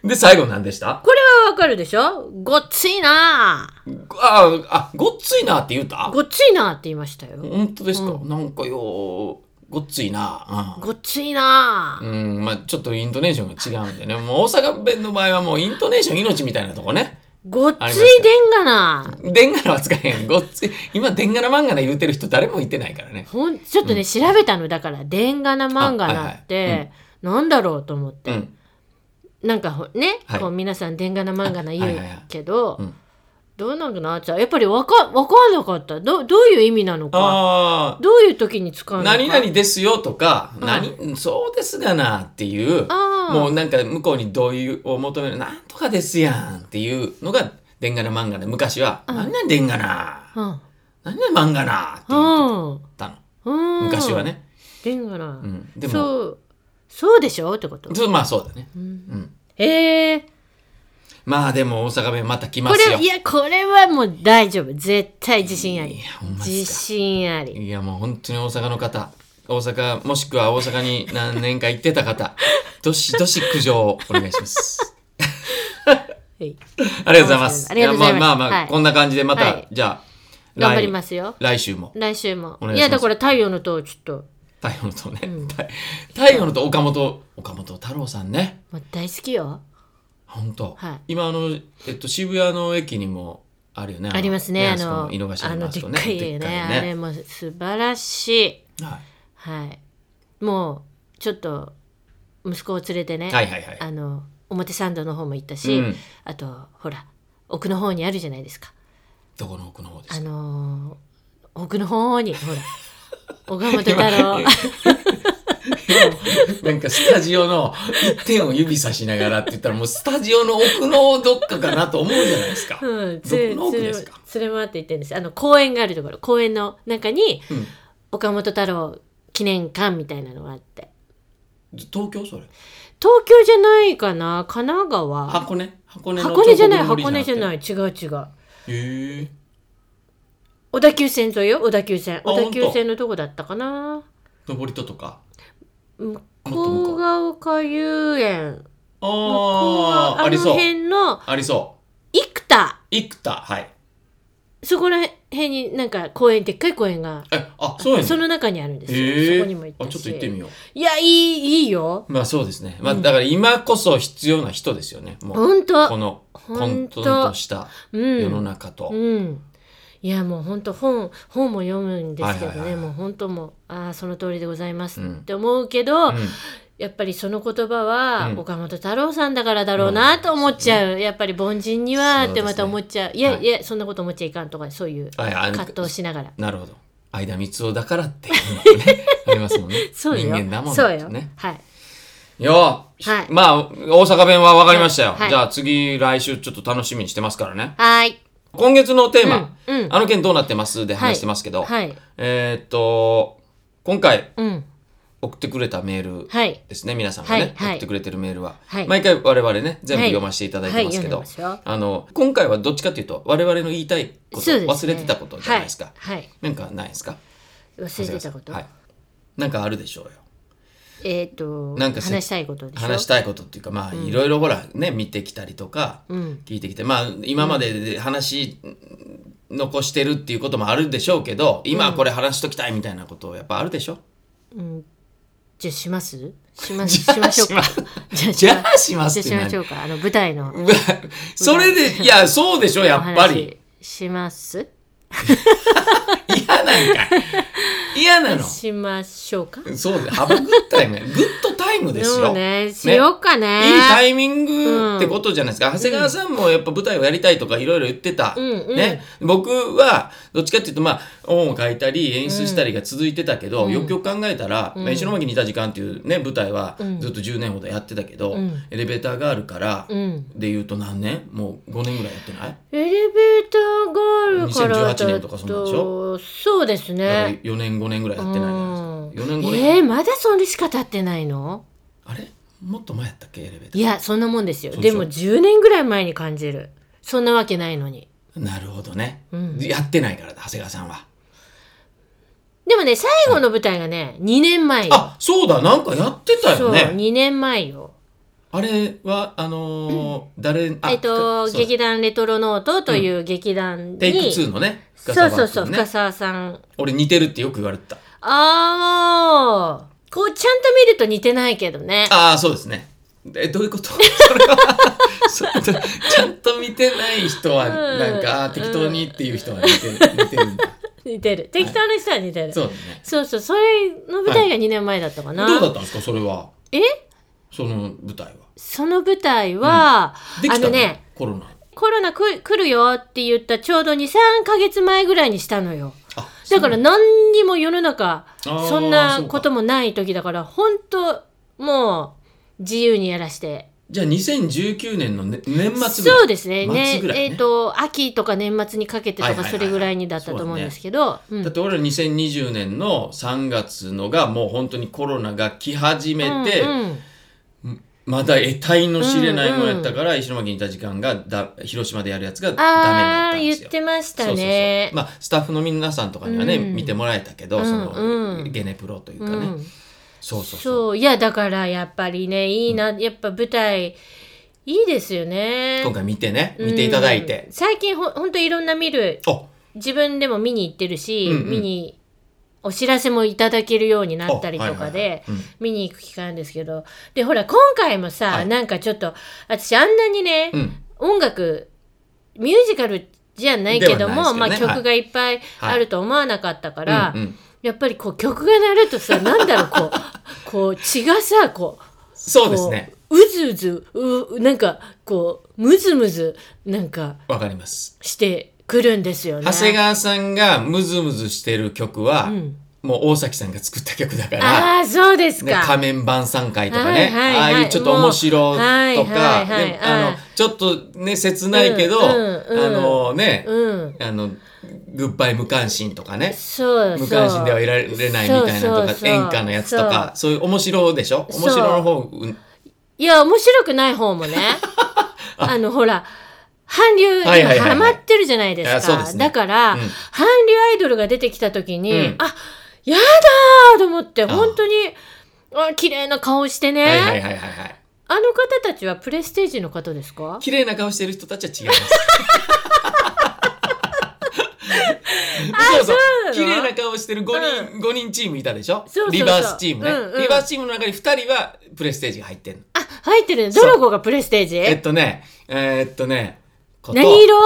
Speaker 2: で、最後何でした
Speaker 1: これはわかるでしょごっついな
Speaker 2: ああ、ごっついなって言うた
Speaker 1: ごっついなって言いましたよ
Speaker 2: 本当ですか、
Speaker 1: う
Speaker 2: なんかよう、ごっついな。
Speaker 1: ごっついな
Speaker 2: うん。うん、まあちょっとイントネーションが違うんでね。もう大阪弁の場合はもうイントネーション命みたいなとこね。
Speaker 1: ごっついでんがな
Speaker 2: でんがらは使えへん。ごっつい。今、でんがら漫画な言うてる人誰もいてないからね。
Speaker 1: ほんちょっとね、調べたのだからでんがな漫画なって、
Speaker 2: あはいは
Speaker 1: なんだろうと思って、
Speaker 2: うん。
Speaker 1: なんかほね、
Speaker 2: はい
Speaker 1: こう皆さんでんがな漫画な
Speaker 2: あは
Speaker 1: 言
Speaker 2: いうはいはい
Speaker 1: けど、
Speaker 2: うん
Speaker 1: どうなんかなじゃあやっぱりわかわかんなかったどどういう意味なのか
Speaker 2: あ
Speaker 1: どういう時に使う
Speaker 2: あ、
Speaker 1: のか
Speaker 2: 何々ですよとか、
Speaker 1: うん
Speaker 2: 何、そうですがなっていう、
Speaker 1: あー
Speaker 2: もうなんか向こうに同意を求める、なんとかですやんっていうのが、でんがら漫画で、昔は、
Speaker 1: うん
Speaker 2: 何々でんがな、何々漫画なって
Speaker 1: う
Speaker 2: 言って
Speaker 1: ん、うん
Speaker 2: たの。
Speaker 1: うん、
Speaker 2: 昔はね。
Speaker 1: でんがな、
Speaker 2: うん。でも、
Speaker 1: そうそうでしょってこと、
Speaker 2: そうまあそうだね。
Speaker 1: うん
Speaker 2: うん。
Speaker 1: えー、
Speaker 2: まあでも大阪弁また来ま
Speaker 1: こ
Speaker 2: すよ。
Speaker 1: れいやこれはもう大丈夫絶対自信あ
Speaker 2: い
Speaker 1: り
Speaker 2: やほんまっすか
Speaker 1: 自信あり
Speaker 2: いやもう本当に大阪の方大阪もしくは大阪に何年か行って
Speaker 1: (laughs)
Speaker 2: た方どしどし苦情をお願いします
Speaker 1: はい
Speaker 2: ありがとうございます
Speaker 1: ありがとうございます
Speaker 2: やまあまあまあ、
Speaker 1: はい
Speaker 2: こんな感じでまた、
Speaker 1: はい
Speaker 2: じゃあ
Speaker 1: 頑張りますよ
Speaker 2: 来来週も
Speaker 1: 来週も
Speaker 2: お願い
Speaker 1: い
Speaker 2: します
Speaker 1: やだから太陽の塔ちょっと
Speaker 2: 太陽の塔ね、
Speaker 1: うん
Speaker 2: 太太陽の塔岡本岡本太郎さんね
Speaker 1: もう大好きよ
Speaker 2: 本当、
Speaker 1: はい
Speaker 2: 今あの、えっと、渋谷の駅にもあるよねの
Speaker 1: ありますねあ
Speaker 2: あそこ
Speaker 1: の
Speaker 2: 井の頭
Speaker 1: あの
Speaker 2: あ
Speaker 1: で
Speaker 2: そ
Speaker 1: っ
Speaker 2: こ
Speaker 1: かいねあれも素晴らしい
Speaker 2: は
Speaker 1: はいもうちょっと息子を連れてね、
Speaker 2: い、はいはいはい
Speaker 1: あの表参道の方も行ったし、
Speaker 2: うん
Speaker 1: あとほら奥の方にあるじゃないですか
Speaker 2: どこの奥の方です
Speaker 1: あ
Speaker 2: か
Speaker 1: のー奥の方に
Speaker 2: (laughs)
Speaker 1: ほら岡本太郎
Speaker 2: なんかスタジオの一点を指さしながらって言ったらもうスタジオの奥のどっかかなと思うじゃないですか。
Speaker 1: (laughs) うん、つ
Speaker 2: どこの奥
Speaker 1: 連れ
Speaker 2: ですか
Speaker 1: 連れ回って行ってるんですあの公園があるところ公園の中に
Speaker 2: うん、
Speaker 1: 岡本太郎記念館みたいなのがあって
Speaker 2: 東京それ
Speaker 1: 東京じゃないかな神奈川
Speaker 2: 箱根箱根の
Speaker 1: 箱根じゃない箱根じゃ
Speaker 2: い。
Speaker 1: ない違う違う
Speaker 2: へえ
Speaker 1: 小田急線沿いよ小田急線
Speaker 2: あ
Speaker 1: 小田急線のどこだったかな
Speaker 2: 登戸とか。
Speaker 1: 向
Speaker 2: もっ
Speaker 1: こ
Speaker 2: と
Speaker 1: うが丘遊園向こう
Speaker 2: あ
Speaker 1: が
Speaker 2: あ
Speaker 1: あ
Speaker 2: あ
Speaker 1: の
Speaker 2: りそう
Speaker 1: 辺の
Speaker 2: ありそ
Speaker 1: 生田
Speaker 2: う。生田はい。
Speaker 1: そこら辺になんか公園でっかい公園が
Speaker 2: えあそうやね。
Speaker 1: その中にあるんです
Speaker 2: へ
Speaker 1: よ
Speaker 2: え
Speaker 1: そこにも行った
Speaker 2: あ
Speaker 1: し
Speaker 2: ちょっと行ってみよう。
Speaker 1: いやいいいいよ
Speaker 2: まあそうですね。まあ
Speaker 1: うん
Speaker 2: だから今こそ必要な人ですよね。もう
Speaker 1: ほん
Speaker 2: ことの
Speaker 1: ほ
Speaker 2: 混
Speaker 1: んと
Speaker 2: 沌とした
Speaker 1: うん
Speaker 2: 世の中と。
Speaker 1: うん、いやもう本当本本も読むんですけどね、
Speaker 2: はいはいはい
Speaker 1: もう本当もうああその通りでございます
Speaker 2: う
Speaker 1: っ
Speaker 2: ん
Speaker 1: て思うけど、
Speaker 2: うん
Speaker 1: やっぱりその言葉は
Speaker 2: うん
Speaker 1: 岡本太郎さんだからだろうなと思っちゃう、やっぱり凡人には
Speaker 2: そう
Speaker 1: っ
Speaker 2: ですね
Speaker 1: てまた思っちゃういや、
Speaker 2: はい
Speaker 1: いやそんなこと思っちゃいかんとかそういう
Speaker 2: はいあの
Speaker 1: 葛藤しながら
Speaker 2: なるほど。相田光夫だからっていうのもね、ありますもんね。
Speaker 1: (laughs) そうよ
Speaker 2: 人間だもん
Speaker 1: そうよ、
Speaker 2: ね。
Speaker 1: はい
Speaker 2: よー、
Speaker 1: はい
Speaker 2: まあ、大阪弁は分かりましたよ。
Speaker 1: はい
Speaker 2: じゃあ次、来週ちょっと楽しみにしてますからね。
Speaker 1: はーい
Speaker 2: 今月のテーマ、
Speaker 1: うんうん
Speaker 2: あの件どうなってますで話してますけど、
Speaker 1: はい
Speaker 2: えーっと、今回
Speaker 1: うん
Speaker 2: 送ってくれたメール
Speaker 1: はい
Speaker 2: ですね、皆さんがね、
Speaker 1: はいはい
Speaker 2: 送ってくれてるメールは、
Speaker 1: はい
Speaker 2: 毎回我々ね、全部読ませていただいてますけど、
Speaker 1: はいはい読んで
Speaker 2: あの、今回はどっちかというと、我々の言いたいこと、
Speaker 1: そうです
Speaker 2: 忘
Speaker 1: ね
Speaker 2: れてたことじゃないですか。
Speaker 1: はい、はい、
Speaker 2: なんかないですか
Speaker 1: 忘れてたこと、
Speaker 2: はい。なんかあるでしょうよ。
Speaker 1: えっ、と
Speaker 2: なんかせ
Speaker 1: 話したいことでしょ
Speaker 2: 話したいことっていうか、まあ、いろいろほら、ね、見てきたりとか、
Speaker 1: うん
Speaker 2: 聞いてきて、まあ、今までで話、残してるっていうこともあるでしょうけど、今これ話しときたいみたいなこと、やっぱあるでしょ
Speaker 1: じゃあしますしますしましょうか。じゃあ
Speaker 2: じゃあします
Speaker 1: じ
Speaker 2: っ
Speaker 1: ゃあしま
Speaker 2: て何
Speaker 1: しょうか。あの舞台の
Speaker 2: うわそれで、いや、そうでしょ、
Speaker 1: お
Speaker 2: やっぱり。
Speaker 1: 話します
Speaker 2: 嫌なんかい。嫌なの。
Speaker 1: しましょうか。
Speaker 2: そうで、ハブグッタイム。グッドタイムです
Speaker 1: そう
Speaker 2: よ。
Speaker 1: ね、しようかね。
Speaker 2: いいタイミングってことじゃないですか。長谷川さんもやっぱ舞台をやりたいとかいろいろ言ってた。
Speaker 1: んうん
Speaker 2: ね。僕は、どっちかっていうと、まあ、音を書いたり、演出したりが続いてたけど、よくよく考えたら、まあ石巻にいた時間っていうね、舞台はずっと10年ほどやってたけど、
Speaker 1: ん
Speaker 2: エレベーターがあるから、
Speaker 1: うん。
Speaker 2: で言うと何年もう5年ぐらいやってない
Speaker 1: エレベーターがあるからだ
Speaker 2: 2018年とかそんなんでしょ
Speaker 1: そうです
Speaker 2: だから
Speaker 1: ね。
Speaker 2: 4年5年ぐらいやってないじゃないですか。
Speaker 1: うん
Speaker 2: 4年5年、
Speaker 1: えー、まだそれしか経ってないの
Speaker 2: あれもっと前やったっけエレベータ
Speaker 1: い
Speaker 2: ー
Speaker 1: やそんなもんですよ
Speaker 2: そう
Speaker 1: で
Speaker 2: でしょ
Speaker 1: も10年ぐらい前に感じるそんなわけないのに
Speaker 2: なるほどね、
Speaker 1: うん
Speaker 2: やってないからだ長谷川さんは
Speaker 1: でもね最後の舞台がね2年前よ
Speaker 2: あそうだなんかやってた
Speaker 1: そ
Speaker 2: よ
Speaker 1: う
Speaker 2: ね
Speaker 1: 2年前よ
Speaker 2: あれはあのー誰あ
Speaker 1: えっと
Speaker 2: かそう
Speaker 1: 劇団レトロノートという劇団に、
Speaker 2: テイク2のね深
Speaker 1: そ
Speaker 2: 澤
Speaker 1: うそうそう、
Speaker 2: 君ね
Speaker 1: 深澤さん
Speaker 2: 俺似てるってよく言われてた
Speaker 1: ああこうちゃんと見ると似てないけどね
Speaker 2: ああそうですねえどうい
Speaker 1: (laughs)
Speaker 2: うことそれはそれはちゃんと見てない人は
Speaker 1: うん
Speaker 2: なんか、あー適当にっていう人は似てる似てるんだ
Speaker 1: 似てる適当な人は似てる、
Speaker 2: そうだね
Speaker 1: そうそうそれの舞台が2年前だったかな、
Speaker 2: どうだったんですかそれは
Speaker 1: え
Speaker 2: その舞台は
Speaker 1: その舞台は、
Speaker 2: でき
Speaker 1: あ
Speaker 2: たの
Speaker 1: のね
Speaker 2: コロナ
Speaker 1: コロナく来るよって言ったちょうど23ヶ月前ぐらいにしたのよ
Speaker 2: あ
Speaker 1: だから何にも世の中
Speaker 2: ー
Speaker 1: そんなこと
Speaker 2: そうか
Speaker 1: もない時だから本当もう自由にやらして
Speaker 2: じゃあ2019年の、ね、年末ぐらい
Speaker 1: そうですねね
Speaker 2: 末ぐらいね
Speaker 1: えっ、と秋とか年末にかけてと
Speaker 2: はいは
Speaker 1: か
Speaker 2: いはい
Speaker 1: それぐらいにだったと思うんですけど、うん
Speaker 2: だって俺ら2020年の3月のがもう本当にコロナが来始めて、
Speaker 1: うんうん
Speaker 2: まだ得体の知れないものやったから、石巻にいた時間がだ広島でやるやつがダメだ
Speaker 1: あ
Speaker 2: った
Speaker 1: あ
Speaker 2: んで
Speaker 1: 言っ
Speaker 2: すよ。
Speaker 1: てました
Speaker 2: そうそうそう
Speaker 1: ね。
Speaker 2: まあ、スタッフの皆さんとかにはね、
Speaker 1: うん
Speaker 2: 見てもらえたけど、
Speaker 1: うん
Speaker 2: その、
Speaker 1: うん
Speaker 2: ゲネプロというかね、
Speaker 1: うん
Speaker 2: そうそうそう
Speaker 1: そういやだからやっぱりねいいな、やっぱ舞台いいですよね。
Speaker 2: 今回見てね見ていただいて
Speaker 1: うん、最近ほほんといろんな見る
Speaker 2: あ
Speaker 1: 自分でも見に行ってるし、
Speaker 2: うんうん
Speaker 1: 見にお知らせもいただけるようになったりとかで、
Speaker 2: はいはいはいうん
Speaker 1: 見に行く機会なんですけどでほら今回もさ、
Speaker 2: はい
Speaker 1: なんかちょっと私あんなにね、
Speaker 2: うん
Speaker 1: 音楽ミュージカルじゃないけども
Speaker 2: ではないですけどね
Speaker 1: まあ、曲がいっぱいあると思わなかったから、
Speaker 2: うんうん
Speaker 1: やっぱりこう曲が鳴るとさなんだろうこう
Speaker 2: (laughs)
Speaker 1: こう血がさこう
Speaker 2: そうですね
Speaker 1: こううずうずうなんかこうむずむずなんか
Speaker 2: わかります
Speaker 1: してくるんですよね。
Speaker 2: 長谷川さんがムズムズしてる曲は、
Speaker 1: うん
Speaker 2: もう大崎さんが作った曲だから
Speaker 1: ああーそうです
Speaker 2: ね、
Speaker 1: か。
Speaker 2: 仮面晩餐会とか
Speaker 1: はいは
Speaker 2: ね、
Speaker 1: いはい
Speaker 2: ああいうちょっと面白と
Speaker 1: もう
Speaker 2: か、
Speaker 1: はいはいはい
Speaker 2: ね
Speaker 1: はい
Speaker 2: あのちょっとね切ないけど、
Speaker 1: うんうんうん
Speaker 2: あのね、
Speaker 1: うん、
Speaker 2: あのグッバイ無関心とかね
Speaker 1: そうそう。
Speaker 2: 無関心ではいられないみたいなと
Speaker 1: そう
Speaker 2: か
Speaker 1: そうそう
Speaker 2: 演歌のやつとかそういう面白でしょ
Speaker 1: そう
Speaker 2: 面白の方うん
Speaker 1: いや面白くない方も
Speaker 2: (laughs)
Speaker 1: ねあのほら韓流今
Speaker 2: はいはいはいはい
Speaker 1: ハマってるじゃないですか、
Speaker 2: いやそうですね
Speaker 1: だから、
Speaker 2: うん
Speaker 1: 韓流アイドルが出てきた時に、
Speaker 2: うん
Speaker 1: あやだーと思って
Speaker 2: あ
Speaker 1: 本当にあ綺麗な顔してね、
Speaker 2: はいはいはいはいはい
Speaker 1: あの方たちはプレステージの方ですか
Speaker 2: 綺麗な顔してる人たちは違い
Speaker 1: (laughs)
Speaker 2: ます。そうそう
Speaker 1: なの
Speaker 2: 綺麗な顔してる5人、五人チームいたでしょ
Speaker 1: そうそうそう
Speaker 2: リバースチームね、
Speaker 1: うんうん
Speaker 2: リバースチームの中に2人はプレステージが入ってんの
Speaker 1: あ入ってるねドラゴがプレステージ
Speaker 2: えっとねえーっとねこと
Speaker 1: 何色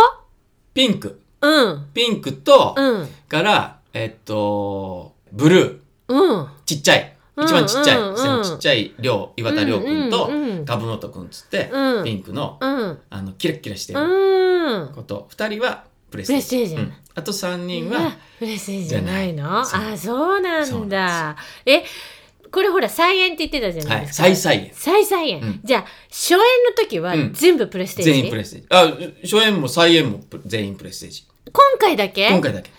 Speaker 2: ピンク
Speaker 1: うん
Speaker 2: ピンクと、
Speaker 1: うん
Speaker 2: からえっとブルー
Speaker 1: うん
Speaker 2: ちっちゃい
Speaker 1: うん
Speaker 2: 一番ちっちゃい、
Speaker 1: うんうん
Speaker 2: 背のちっちゃい亮岩田亮君と、
Speaker 1: うんうんうん
Speaker 2: 株元君っつって、
Speaker 1: うん
Speaker 2: ピンクの
Speaker 1: うん
Speaker 2: あのキラッキラしてる
Speaker 1: うん
Speaker 2: こと、二人はプレス
Speaker 1: プ
Speaker 2: テ
Speaker 1: レ
Speaker 2: ー
Speaker 1: ス
Speaker 2: ジ
Speaker 1: テージ
Speaker 2: うんあと3人
Speaker 1: いや
Speaker 2: は
Speaker 1: プレステージじゃないの
Speaker 2: じゃない
Speaker 1: あそうな
Speaker 2: そうんな
Speaker 1: だえこれほら再演って言ってたじゃな
Speaker 2: はいい
Speaker 1: ですか、
Speaker 2: 再再演
Speaker 1: 再再演、
Speaker 2: うん
Speaker 1: じゃあ初演の時は
Speaker 2: うん
Speaker 1: 全部プレステージ、
Speaker 2: 全員プレステージあ初演も再演もプ全員プレステージ
Speaker 1: 今回だけ
Speaker 2: 今回だけ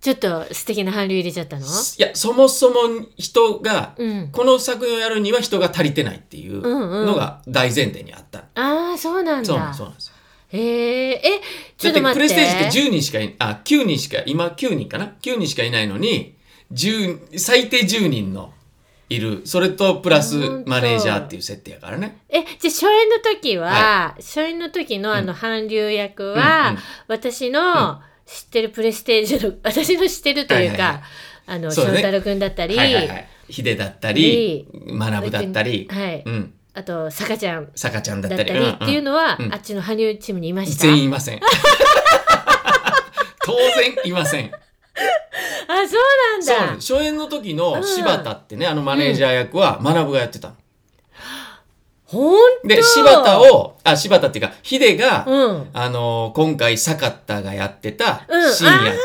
Speaker 1: ちょっと素敵な韓流入れちゃったの
Speaker 2: いやそもそも人が、
Speaker 1: うん
Speaker 2: この作品をやるには人が足りてないっていう
Speaker 1: うんうん
Speaker 2: のが大前提にあった、
Speaker 1: ああそうなん
Speaker 2: そうなんで
Speaker 1: だ
Speaker 2: すそうなんですよ
Speaker 1: へええちょっと
Speaker 2: だっ
Speaker 1: 待
Speaker 2: てプ
Speaker 1: っ
Speaker 2: レ
Speaker 1: て
Speaker 2: ステージって10人しかいあ9人しか今9人かな9人しかいないのに10最低10人のいるそれとプラス
Speaker 1: 本当
Speaker 2: マネージャーっていう設定やからね
Speaker 1: えじゃあ初演の時は、
Speaker 2: は
Speaker 1: 初演の時のあの韓流役は、
Speaker 2: うんうん
Speaker 1: 私の知ってるプレステージの私の知ってるというか、
Speaker 2: はいはいはい
Speaker 1: あの
Speaker 2: そう
Speaker 1: 翔
Speaker 2: だね
Speaker 1: 太郎くんだったり、
Speaker 2: はいはいはいヒデだったり学ぶだったり、
Speaker 1: はい
Speaker 2: うん
Speaker 1: あとさかちゃん
Speaker 2: さかちゃんだっ
Speaker 1: だったた
Speaker 2: り
Speaker 1: りっていう
Speaker 2: の
Speaker 1: のは、
Speaker 2: うんうん
Speaker 1: あっちの羽生チームにいました
Speaker 2: 全員いません (laughs) 当然いません
Speaker 1: あそう
Speaker 2: そう
Speaker 1: な
Speaker 2: なん
Speaker 1: ん
Speaker 2: で
Speaker 1: だ
Speaker 2: す初演の時の柴田ってねあのマネージャー役は学ぶがやってたの
Speaker 1: ほんと
Speaker 2: で柴田をあ柴田っていうかヒデが、
Speaker 1: うん
Speaker 2: あのー今回坂田がやってた
Speaker 1: うん
Speaker 2: 深夜、
Speaker 1: あ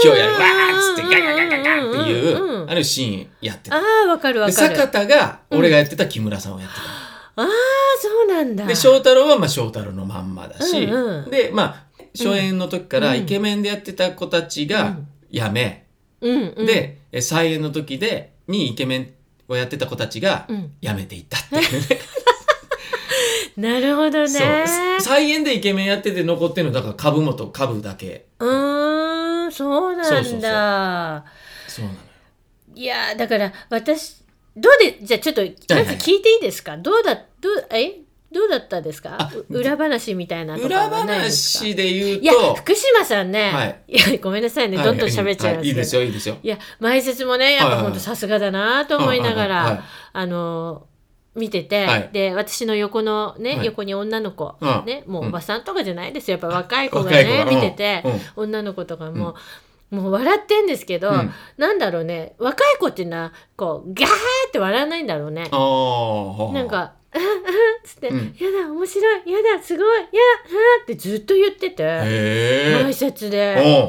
Speaker 2: 勢いある
Speaker 1: うん
Speaker 2: わーっつってガガガガガってい
Speaker 1: うんうんう
Speaker 2: うんあのシーンやってた
Speaker 1: ああわかるわ
Speaker 2: で
Speaker 1: かる
Speaker 2: 坂田が俺がやってた木村さんをやってた、
Speaker 1: ああそうなんだ
Speaker 2: で翔太郎はまあ翔太郎のまんまだし、
Speaker 1: うんうん
Speaker 2: でまあ初演の時から
Speaker 1: うん
Speaker 2: イケメンでやってた子たち
Speaker 1: う
Speaker 2: が
Speaker 1: ん
Speaker 2: 辞め、
Speaker 1: うんうん、
Speaker 2: でえ再演の時でにイケメンをやってた子たちが
Speaker 1: うん
Speaker 2: 辞めていったっていうね。
Speaker 1: なるほどね。
Speaker 2: (laughs) そう。再演でイケメンやってて残ってるのだから株元株だけ。
Speaker 1: うーん、そうなんだ。
Speaker 2: そうそうそうなのよ。
Speaker 1: いやーだから私どうでじゃあちょっとま
Speaker 2: はい
Speaker 1: ず聞いていいですか、どうだどうえどうだったですか
Speaker 2: あ
Speaker 1: う裏話みたいなとか
Speaker 2: 裏
Speaker 1: はないですか
Speaker 2: 話で言う
Speaker 1: いや
Speaker 2: と、
Speaker 1: 福島さんね、
Speaker 2: はいい、
Speaker 1: やごめんなさいね、
Speaker 2: はい
Speaker 1: どんどん喋っちゃいますけど、
Speaker 2: はいいいいですよ、いいですよ。
Speaker 1: や前説もねやっ
Speaker 2: はい
Speaker 1: ぱ
Speaker 2: はい
Speaker 1: 本当さすがだなと思いながら、
Speaker 2: はいはいはい
Speaker 1: あの見てて、
Speaker 2: はい
Speaker 1: で私の横のね、
Speaker 2: はい
Speaker 1: 横に女の子、
Speaker 2: うん
Speaker 1: ねもう
Speaker 2: うん
Speaker 1: おばさんとかじゃないですよやっぱ若い子が
Speaker 2: 若い子
Speaker 1: ね
Speaker 2: が
Speaker 1: 見てて、
Speaker 2: うんうん
Speaker 1: 女の子とかも、もう笑ってんですけど、
Speaker 2: うん
Speaker 1: なんだろうね若い子っていうのはこうガーって笑わないんだろうね
Speaker 2: あ。ー
Speaker 1: なん、か (laughs) 「うんうん」つって「
Speaker 2: うん
Speaker 1: やだ面白いやだすごいやうんってずっと言ってて
Speaker 2: へ
Speaker 1: 前説で。
Speaker 2: え。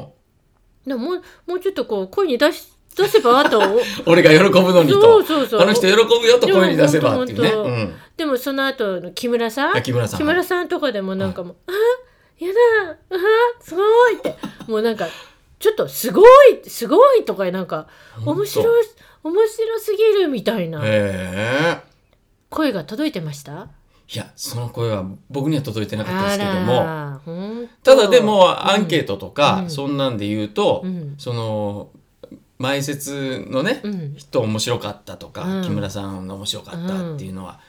Speaker 2: お
Speaker 1: なもうもうちょっとこう声に出し出せばあと
Speaker 2: (laughs) 俺が喜ぶのに
Speaker 1: そう
Speaker 2: と。
Speaker 1: そうそう
Speaker 2: あの人喜ぶよと声に出せばっていうね。
Speaker 1: でも本当
Speaker 2: うん
Speaker 1: でもその後の木村さ
Speaker 2: いや
Speaker 1: ん
Speaker 2: 木村さん。
Speaker 1: 木村さんとかでもなんかもう「あやだあすごい」ってもうなんかちょっと「すごいすごい」とかなんか
Speaker 2: 本当
Speaker 1: 面白い面白すぎるみたいな
Speaker 2: へえ。
Speaker 1: 声が届いてました
Speaker 2: いや、その声は僕には届いてなかったで
Speaker 1: あ
Speaker 2: すけども。
Speaker 1: らほんと
Speaker 2: ただでもアンケートとか、
Speaker 1: うん
Speaker 2: そんなんで言うと、
Speaker 1: うん
Speaker 2: その前説のね、
Speaker 1: うん
Speaker 2: 人面白かったとか、
Speaker 1: うん
Speaker 2: 木村さんの面白かったっていうのは、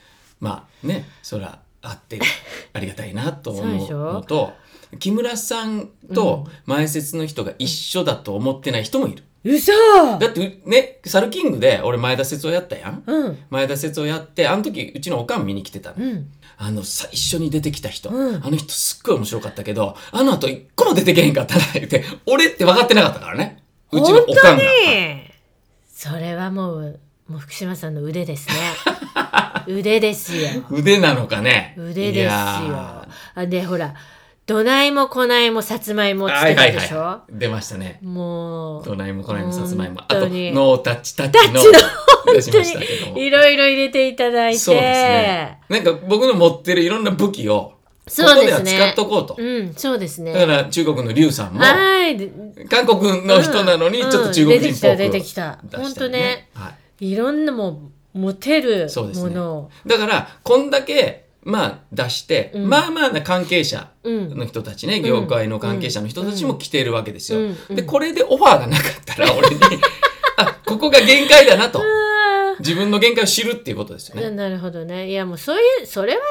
Speaker 2: まあねそらあって
Speaker 1: (laughs)
Speaker 2: ありがたいなと
Speaker 1: そうで
Speaker 2: 思
Speaker 1: し
Speaker 2: う
Speaker 1: ょ
Speaker 2: のと木村さんと前説の人が一緒だと思ってない人もいる。
Speaker 1: 嘘
Speaker 2: (laughs) だってねサルキングで俺前田説をやったやん。
Speaker 1: うん
Speaker 2: 前田説をやってあの時うちのおかん見に来てたの
Speaker 1: うん
Speaker 2: あの最初に出てきた人、
Speaker 1: うん
Speaker 2: あの人すっごい面白かったけどあの後一個も出てけへんかったな (laughs) 言って俺って分かってなかったからねうちのおか
Speaker 1: 本
Speaker 2: んが
Speaker 1: 当にそれはもうもう福島さんの腕ですね腕ですよ
Speaker 2: 腕なのかね
Speaker 1: 腕
Speaker 2: い
Speaker 1: ですよ
Speaker 2: や
Speaker 1: あでほらどないもこないもさつまいも
Speaker 2: ー
Speaker 1: っつっ
Speaker 2: は
Speaker 1: て
Speaker 2: いは
Speaker 1: た
Speaker 2: い
Speaker 1: でしょ、
Speaker 2: はい出ましたね
Speaker 1: もう
Speaker 2: どないもこないもさつまいもあ
Speaker 1: 本当
Speaker 2: とノ
Speaker 1: に
Speaker 2: ータッチタッチの
Speaker 1: タ
Speaker 2: 出しましたけども
Speaker 1: いろいろ入れていただいて
Speaker 2: そうですねなんか僕の持ってるいろんな武器をこ
Speaker 1: そう
Speaker 2: こ
Speaker 1: で
Speaker 2: ですは
Speaker 1: ね
Speaker 2: 使っとこうと
Speaker 1: うんそうです
Speaker 2: だか
Speaker 1: ね
Speaker 2: ら中国の劉さんも
Speaker 1: はいで
Speaker 2: 韓国の人なのにち
Speaker 1: う
Speaker 2: ょ
Speaker 1: ん
Speaker 2: っと中国
Speaker 1: うん出て
Speaker 2: 人っ
Speaker 1: き
Speaker 2: ぽ
Speaker 1: た
Speaker 2: く
Speaker 1: 出てきた
Speaker 2: 出
Speaker 1: 本
Speaker 2: した
Speaker 1: 当
Speaker 2: り
Speaker 1: ね
Speaker 2: はい
Speaker 1: いろんなもう持てる
Speaker 2: そうです
Speaker 1: も
Speaker 2: ね
Speaker 1: のを
Speaker 2: だからこんだけまあ出して、
Speaker 1: うん
Speaker 2: まあまあな関係者
Speaker 1: うん
Speaker 2: の人たちね、
Speaker 1: ん
Speaker 2: 業界の関係者の人たちも来ているわけですよ。
Speaker 1: うんうん
Speaker 2: でこれでオファーがなかったら俺にあここが限界だなと
Speaker 1: あ
Speaker 2: 自分の限界を知るっていうことですよ
Speaker 1: ー
Speaker 2: ね。
Speaker 1: なるほどねいやもうそういうそれは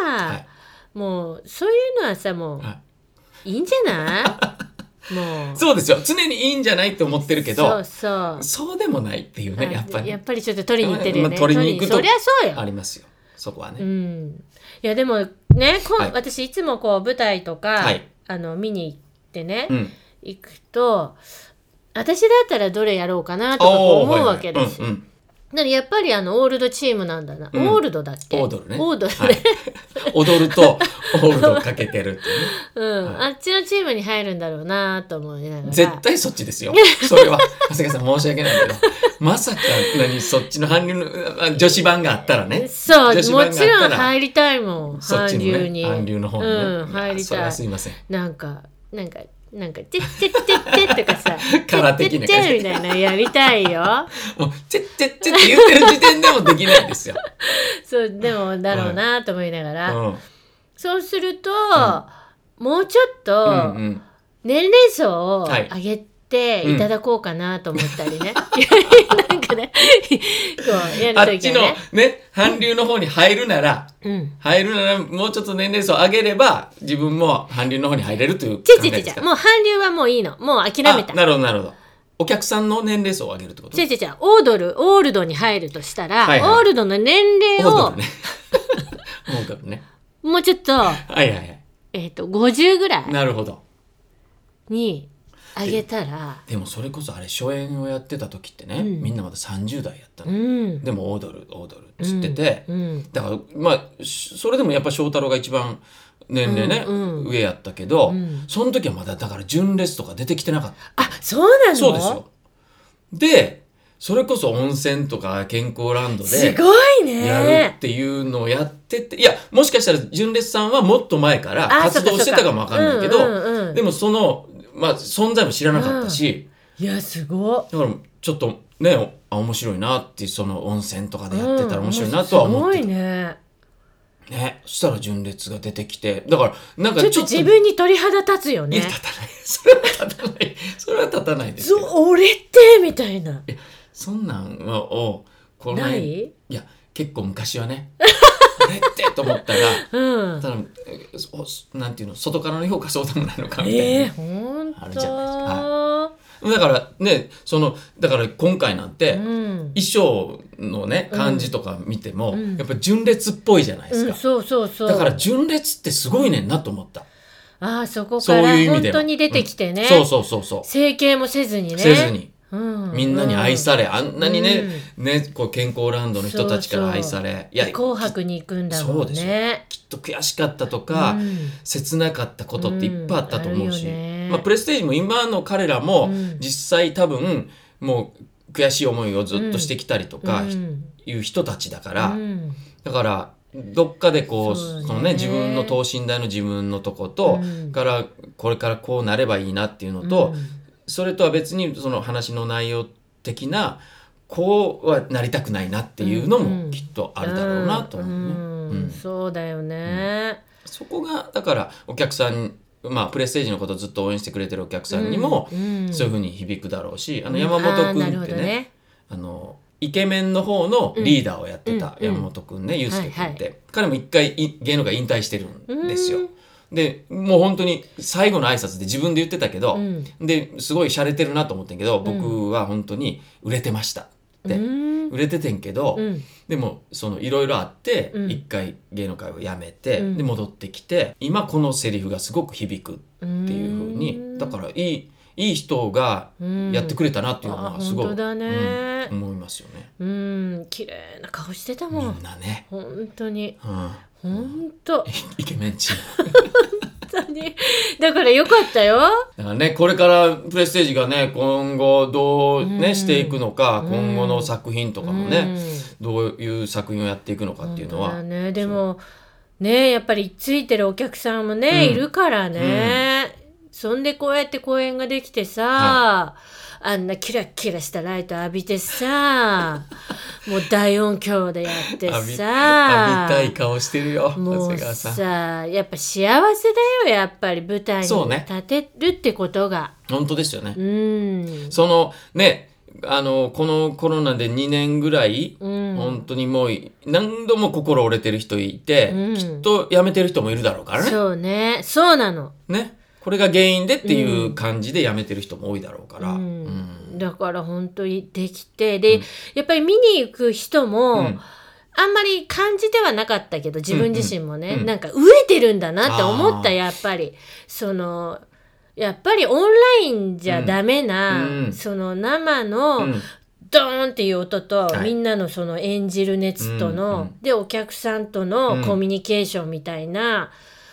Speaker 1: さ、
Speaker 2: はい
Speaker 1: もうそういうのはさもう
Speaker 2: はい
Speaker 1: いんじゃ
Speaker 2: (laughs)
Speaker 1: ないもう
Speaker 2: そうですよ常にいいんじゃないって思ってるけ
Speaker 1: そう
Speaker 2: ど
Speaker 1: そう
Speaker 2: そうでもないっていう
Speaker 1: あ
Speaker 2: ねやっぱり
Speaker 1: やっぱりちょっと取りに行ってるよね、
Speaker 2: まあ取りに行くと
Speaker 1: 取りそりゃそう
Speaker 2: あ
Speaker 1: よ、
Speaker 2: りますよそこは
Speaker 1: う
Speaker 2: ね。
Speaker 1: ん、いやでもねこう、
Speaker 2: はい
Speaker 1: 私いつもこう舞台とか、
Speaker 2: はい
Speaker 1: あの見に行ってね、
Speaker 2: うん、
Speaker 1: 行くと私だったらどれやろうかなとかこう思うわけですよ、
Speaker 2: はいはいうんうん
Speaker 1: なのでやっぱりあのオールドチームなんだな、
Speaker 2: うん
Speaker 1: オールドだっけ
Speaker 2: オードルね。
Speaker 1: オードルね、
Speaker 2: はい踊るとオールドをかけてるっていうね。
Speaker 1: (laughs) うん、
Speaker 2: は
Speaker 1: あっちのチームに入るんだろうなと思いながら
Speaker 2: 絶対そっちですよ。それは。長谷川さん申し訳ないけど。まさか何そっちの韓流のあ女子版があったらね。
Speaker 1: そう
Speaker 2: 女子
Speaker 1: も
Speaker 2: 版
Speaker 1: ち
Speaker 2: があ
Speaker 1: ろ
Speaker 2: った
Speaker 1: ん
Speaker 2: ら
Speaker 1: 入りたいもん
Speaker 2: そっち
Speaker 1: 韓
Speaker 2: の
Speaker 1: 流
Speaker 2: ね。
Speaker 1: に
Speaker 2: 韓流の方にね。
Speaker 1: うん
Speaker 2: いや
Speaker 1: 入り
Speaker 2: それ
Speaker 1: た
Speaker 2: はいすいません。
Speaker 1: なんかなんかなんか「チェッチェッチェッチェ」とかさ「
Speaker 2: カラー的な
Speaker 1: チェッチェ
Speaker 2: ね
Speaker 1: ッチェ」みたいなのやりたいよ
Speaker 2: もう、チェッチェッチェって言ってる時点でもできな
Speaker 1: (laughs)
Speaker 2: いですよ。
Speaker 1: そうでもだろうなと思いなが
Speaker 2: う
Speaker 1: ら、
Speaker 2: ん。うん
Speaker 1: そうすると、もうちょっと
Speaker 2: うん。
Speaker 1: 年齢層を
Speaker 2: はい
Speaker 1: 上げていただこうかなと思ったりね、なんかねこうや
Speaker 2: あ
Speaker 1: る
Speaker 2: っ
Speaker 1: ときは
Speaker 2: ちの
Speaker 1: ね
Speaker 2: ね、韓流の方に入るなら、 (laughs)
Speaker 1: うん
Speaker 2: 入るならもうちょっと年齢層上げれば、自分も韓流の方に入れるという考
Speaker 1: ちょち
Speaker 2: え
Speaker 1: ょちょ
Speaker 2: です
Speaker 1: ち
Speaker 2: か
Speaker 1: ょもう韓流はもういいのもう諦め
Speaker 2: あ
Speaker 1: た
Speaker 2: なるほど、なるほど。お客さんの年齢層を上げるってこと
Speaker 1: ちょちょちょオードルオールドに入るとしたら、
Speaker 2: はいはい
Speaker 1: オールドの年齢
Speaker 2: オード
Speaker 1: を
Speaker 2: ルね。オードルね。 (laughs)
Speaker 1: もうちょっと,、
Speaker 2: はいはいはい。
Speaker 1: えっと50ぐらい
Speaker 2: なるほど。
Speaker 1: にあげたら、
Speaker 2: でもそれこそあれ初演をやってた時ってね、
Speaker 1: うん
Speaker 2: みんなまだ30代やった
Speaker 1: う
Speaker 2: の、
Speaker 1: ん、
Speaker 2: でもオードルオードルっつってて、
Speaker 1: うん、
Speaker 2: だからまあしそれでもやっぱ翔太郎が一番年齢ね、
Speaker 1: うんうん
Speaker 2: 上やったけど、
Speaker 1: うん
Speaker 2: その時はまだだから純烈とか出てきてなかった、
Speaker 1: あそうなの
Speaker 2: そうですよでそれこそ温泉とか健康ランド
Speaker 1: す
Speaker 2: で
Speaker 1: ごい
Speaker 2: やる
Speaker 1: ね
Speaker 2: っていうのをやってていやもしかしたら純烈さんはもっと前から
Speaker 1: あそっかそ
Speaker 2: 活
Speaker 1: っか
Speaker 2: 動してたかもわかんないけ
Speaker 1: う
Speaker 2: ど、
Speaker 1: んうんうん
Speaker 2: でもその、まあ、存在も知らなかったし、
Speaker 1: いやすご
Speaker 2: だからちょっとねあ面白いなってその温泉とかでやってたら面白いなとは思っ
Speaker 1: う
Speaker 2: て
Speaker 1: ん
Speaker 2: た、
Speaker 1: すごいね
Speaker 2: ねそしたら純烈が出てきてだからなんか
Speaker 1: ちょっ
Speaker 2: ち
Speaker 1: と
Speaker 2: ょっと
Speaker 1: 自分に鳥肌立つよ
Speaker 2: いや
Speaker 1: ね
Speaker 2: 立たない (laughs) それは立たないそれは立たないですけど
Speaker 1: そう俺ってみたいな
Speaker 2: そんなんはをこの
Speaker 1: な
Speaker 2: 辺
Speaker 1: い
Speaker 2: いや結構昔はね (laughs) あれってと思ったら
Speaker 1: うん
Speaker 2: ただえそなんていうの外からの評価そうでもないのかみたいな、
Speaker 1: えー、ほん
Speaker 2: ある
Speaker 1: と
Speaker 2: じゃだからねそのだから今回なんて、
Speaker 1: うん
Speaker 2: 衣装のね感じとか見ても、
Speaker 1: うん
Speaker 2: やっぱ純烈っぽいじゃないで
Speaker 1: う
Speaker 2: す
Speaker 1: ん、
Speaker 2: か、
Speaker 1: そうそうそう
Speaker 2: だから純烈ってすごいねんなと思った、
Speaker 1: ああそこ
Speaker 2: そ
Speaker 1: か
Speaker 2: う
Speaker 1: ら
Speaker 2: いう意味
Speaker 1: 本
Speaker 2: でも
Speaker 1: 当に出てきてね、
Speaker 2: そうそうそうそう、
Speaker 1: 整形もせずにね
Speaker 2: せずに
Speaker 1: うん、
Speaker 2: みんなに愛され、あんなにね,、ねこう健康ランドの人たちから
Speaker 1: そうそう
Speaker 2: 愛されい
Speaker 1: うん
Speaker 2: や
Speaker 1: 紅白に行くんだも
Speaker 2: そ
Speaker 1: ん
Speaker 2: うでし
Speaker 1: ね
Speaker 2: きっと悔しかったとか、
Speaker 1: うん
Speaker 2: 切なかったことっていっぱいあったと思うし、
Speaker 1: うんあるよね
Speaker 2: まあ、プレステージも今の彼らも、
Speaker 1: うん
Speaker 2: 実際多分もう悔しい思いをずっとしてきたりとか、
Speaker 1: うん
Speaker 2: いう人たちだから、
Speaker 1: うん
Speaker 2: だからどっかでこう
Speaker 1: そうね
Speaker 2: そのね、自分の等身大の自分のとこと、
Speaker 1: うん
Speaker 2: からこれからこうなればいいなっていうのと、
Speaker 1: うん
Speaker 2: それとは別にその話の内容的なこうはなりたくないなっていうの
Speaker 1: うんうん
Speaker 2: もきっとあるだろうなと思うね。
Speaker 1: ん
Speaker 2: うん
Speaker 1: そうだよね、
Speaker 2: そこがだからお客さんまあプレステージのことをずっと応援してくれてるお客さんにも、
Speaker 1: ん
Speaker 2: そういうふうに響くだろうし、あの山本
Speaker 1: あーなる
Speaker 2: 君
Speaker 1: ほ
Speaker 2: って
Speaker 1: ど
Speaker 2: ねあのイケメンの方のリーダーをやってた
Speaker 1: うん
Speaker 2: 山本君ね、祐介君って、
Speaker 1: は
Speaker 2: 彼も一回い芸能界引退してるんです
Speaker 1: う
Speaker 2: よ
Speaker 1: ん。
Speaker 2: でもう本当に最後の挨拶で自分で言ってたけど、
Speaker 1: うん
Speaker 2: ですごい洒落てるなと思ってんけど
Speaker 1: ん
Speaker 2: 僕は本当に売れてましたって、
Speaker 1: うん
Speaker 2: 売れててんけど、
Speaker 1: うん
Speaker 2: でもそのいろいろあって
Speaker 1: うん
Speaker 2: 一回芸能界を辞めて、
Speaker 1: うん
Speaker 2: で戻ってきて今このセリフがすごく響くっていうふうにだからいいいい人がやってくれたなっていうの
Speaker 1: うん
Speaker 2: は
Speaker 1: あ
Speaker 2: すごい、
Speaker 1: 本当だね
Speaker 2: うん思いますよね。
Speaker 1: うん綺麗な顔してた
Speaker 2: み
Speaker 1: もん
Speaker 2: んなね、
Speaker 1: 本当に
Speaker 2: うん、
Speaker 1: 本当
Speaker 2: イケメンチーム
Speaker 1: 本当に (laughs) だからよかったよ
Speaker 2: だからねこれからプレステージがね今後どうね、
Speaker 1: うん
Speaker 2: していくのか
Speaker 1: うん
Speaker 2: 今後の作品とかもね、どういう作品をやっていくの
Speaker 1: うん
Speaker 2: かっていうのは
Speaker 1: 本当だねでもねやっぱりついてるお客さんもね、
Speaker 2: う
Speaker 1: い
Speaker 2: ん
Speaker 1: るからね、そんでこうやって公演ができてさ、あんなキラッキラしたライト浴びて
Speaker 2: (laughs)
Speaker 1: さもう大音響でやって
Speaker 2: 浴び
Speaker 1: さ
Speaker 2: 浴びたい顔してるよ長
Speaker 1: もう
Speaker 2: 谷川さん。
Speaker 1: さやっぱ幸せだよやっぱり舞台に
Speaker 2: そうね
Speaker 1: 立てるってことが
Speaker 2: 本当ですよね
Speaker 1: う,、。ん
Speaker 2: そのねあのこのコロナで2年ぐらい、
Speaker 1: うん
Speaker 2: 本当にもう何度も心折れてる人いて、
Speaker 1: うん
Speaker 2: きっと辞めてる人もいるだろうからね
Speaker 1: そうねそうなの
Speaker 2: ねこれが原因でっていう感じで辞めてる人も多いだろうから、
Speaker 1: うん
Speaker 2: うん
Speaker 1: だから本当にできてで、やっぱり見に行く人も、
Speaker 2: うん
Speaker 1: あんまり感じてはなかったけど自分自身もね、
Speaker 2: うんうん
Speaker 1: なんか飢えてるんだなって思った
Speaker 2: あー
Speaker 1: やっぱりそのやっぱりオンラインじゃダメな、
Speaker 2: うんうん
Speaker 1: その生の、
Speaker 2: うん
Speaker 1: ドーンっていう音と、
Speaker 2: はい
Speaker 1: みんなのその演じる熱との、
Speaker 2: うんうん
Speaker 1: でお客さんと
Speaker 2: う
Speaker 1: の
Speaker 2: ん
Speaker 1: コミュニケーションみたいな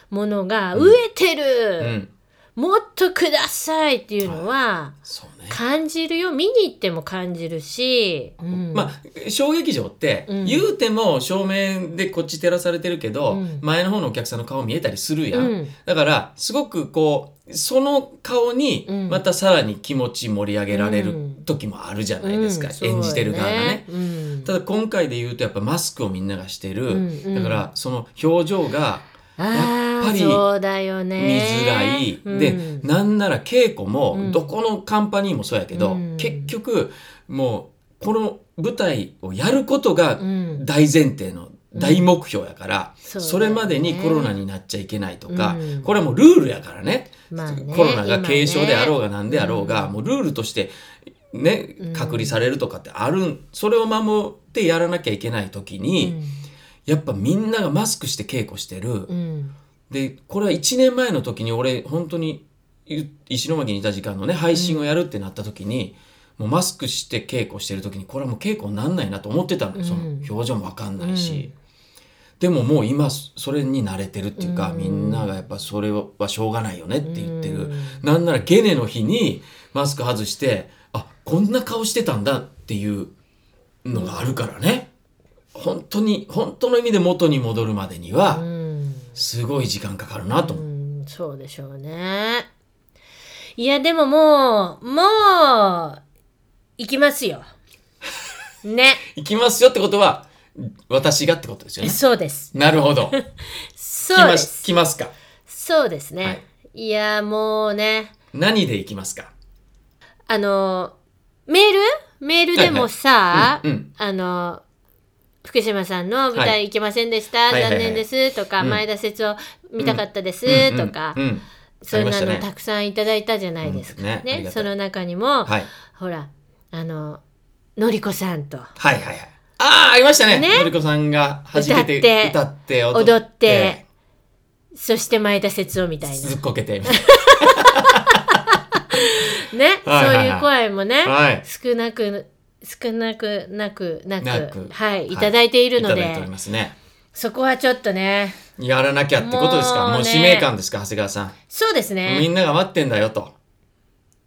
Speaker 1: ものが
Speaker 2: うん
Speaker 1: 飢えてる、
Speaker 2: うん
Speaker 1: もっとくださいっていうのは
Speaker 2: そうね
Speaker 1: 感じるよ見に行っても感じるし、うん
Speaker 2: まあ小劇場って、
Speaker 1: うん
Speaker 2: 言うても照明でこっち照らされてるけど、
Speaker 1: うん
Speaker 2: 前の方のお客さんの顔見えたりするやん、
Speaker 1: うん
Speaker 2: だからすごくこうその顔に
Speaker 1: うん
Speaker 2: またさらに気持ち盛り上げられ
Speaker 1: う
Speaker 2: る
Speaker 1: ん
Speaker 2: 時もあるじゃないですか、
Speaker 1: うんそうよ
Speaker 2: 演じてる側がね。
Speaker 1: うん
Speaker 2: ただ今回で言うとやっぱマスクをみんながしてる、
Speaker 1: うんうん
Speaker 2: だからその表情が
Speaker 1: あ
Speaker 2: やっぱ
Speaker 1: ー
Speaker 2: り
Speaker 1: そうだよ
Speaker 2: 見
Speaker 1: ね
Speaker 2: づらい、
Speaker 1: うん
Speaker 2: でなんなら稽古
Speaker 1: う
Speaker 2: も
Speaker 1: ん
Speaker 2: どこのカンパニーもそうやけど、
Speaker 1: うん
Speaker 2: 結局もうこの舞台をやることが
Speaker 1: うん
Speaker 2: 大前提の大目標やから、
Speaker 1: そうだね
Speaker 2: それまでにコロナになっちゃいけないとか、
Speaker 1: うん
Speaker 2: これはもうルールやからね,、
Speaker 1: まあね
Speaker 2: コロナが軽症であろうが何であろう
Speaker 1: 今
Speaker 2: が、
Speaker 1: ね
Speaker 2: もうルールとしてね
Speaker 1: うん
Speaker 2: 隔離されるとかってあるんそれを守ってやらなきゃいけない時に、やっぱみんながマスクして稽古してる、
Speaker 1: うんうん
Speaker 2: でこれは1年前の時に俺本当にい石巻にいた時間のね配信をやるってなった時に、もうマスクして稽古してる時にこれはもう稽古になんないなと思ってたの、
Speaker 1: うん
Speaker 2: その表情も分かんないし、でももう今それに慣れてるっていうか、
Speaker 1: うん
Speaker 2: みんながやっぱそれはしょうがないよねって言ってる、
Speaker 1: うん
Speaker 2: なんならゲネの日にマスク外してあこんな顔してたんだっていうのがあるからね本当に本当の意味で元に戻るまでには。
Speaker 1: うん
Speaker 2: すごい時間かかるなと
Speaker 1: う
Speaker 2: 思う。
Speaker 1: ん、そうでしょうね。いや、でももう、もう、行きますよ。ね。
Speaker 2: 行きますよってことは、私がってことですよね。
Speaker 1: そうです。
Speaker 2: なるほど。来
Speaker 1: (laughs) そう
Speaker 2: ま、
Speaker 1: ですす。
Speaker 2: 来ますか。
Speaker 1: そうですね。
Speaker 2: はい
Speaker 1: い、や、もうね、
Speaker 2: 何で行きますか
Speaker 1: あの、メールメールでもさ、
Speaker 2: はいはいうん
Speaker 1: あの、福島さんの舞台行けませんでした、
Speaker 2: はいはい
Speaker 1: 残念です、とか、
Speaker 2: うん
Speaker 1: 前田節を見たかったです、
Speaker 2: うん
Speaker 1: とか、
Speaker 2: うんうん
Speaker 1: そん
Speaker 2: あ
Speaker 1: な
Speaker 2: りま
Speaker 1: の
Speaker 2: したね
Speaker 1: たくさんいただいたじゃないですか。
Speaker 2: うんね
Speaker 1: ね
Speaker 2: ありがたい
Speaker 1: その中にも、
Speaker 2: はい。
Speaker 1: ほら、あの、のりこさんと
Speaker 2: はいはいはい。ああ、ありましたね。
Speaker 1: ね
Speaker 2: のりこさんが初めて
Speaker 1: 歌
Speaker 2: 歌って、踊
Speaker 1: 踊って、そして前田節夫みたいな。
Speaker 2: ずっこけて。
Speaker 1: ね、
Speaker 2: はいはいはい
Speaker 1: そういう声もね、
Speaker 2: はい
Speaker 1: 少なく、少なくなくなく、
Speaker 2: なく
Speaker 1: はい、いただいているの
Speaker 2: い
Speaker 1: で、
Speaker 2: ただいておりますね。
Speaker 1: そこはちょっとね、
Speaker 2: やらなきゃってことですか。
Speaker 1: もうね
Speaker 2: もう使命感ですか、長谷川さん。
Speaker 1: そうです
Speaker 2: み
Speaker 1: ね。
Speaker 2: んなが待ってんだよと。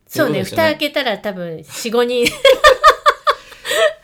Speaker 1: そうね、
Speaker 2: そういうことですよ
Speaker 1: 蓋
Speaker 2: ね
Speaker 1: 開けたら多分4、5人。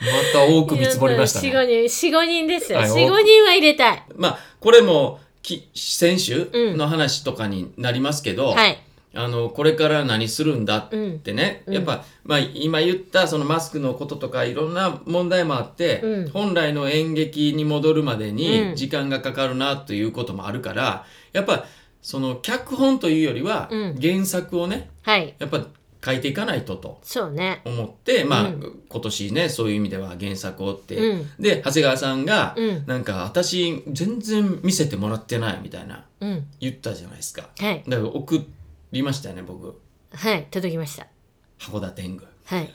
Speaker 2: また多く見積もりましたね。
Speaker 1: 4、5人、4、5人ですよ。
Speaker 2: はい
Speaker 1: 4、5人は入れたい。
Speaker 2: まあ、これも、き先週
Speaker 1: うん
Speaker 2: の話とかになりますけど、
Speaker 1: はい。
Speaker 2: あのこれから何するんだ
Speaker 1: うん
Speaker 2: っ。てね、
Speaker 1: うん
Speaker 2: やっぱ、まあ、今言ったそのマスクのこととかいろんな問題もあって、
Speaker 1: うん
Speaker 2: 本来の演劇に戻るまで
Speaker 1: う
Speaker 2: に
Speaker 1: ん
Speaker 2: 時間がかかるなということもあるからやっぱその脚本というよりは
Speaker 1: うん
Speaker 2: 原作をね
Speaker 1: はい。
Speaker 2: やっぱ書いていかないとと
Speaker 1: そうね。
Speaker 2: 思って、まあ
Speaker 1: うん
Speaker 2: 今年ねそういう意味では原作をって、
Speaker 1: うん
Speaker 2: で長谷川さんが、
Speaker 1: うん
Speaker 2: なんか私全然見せてもらってないみたいな
Speaker 1: うん。
Speaker 2: 言ったじゃないですか。
Speaker 1: はい。
Speaker 2: だから送りましたよね僕
Speaker 1: はい。届きました。
Speaker 2: 函館天狗。
Speaker 1: はい。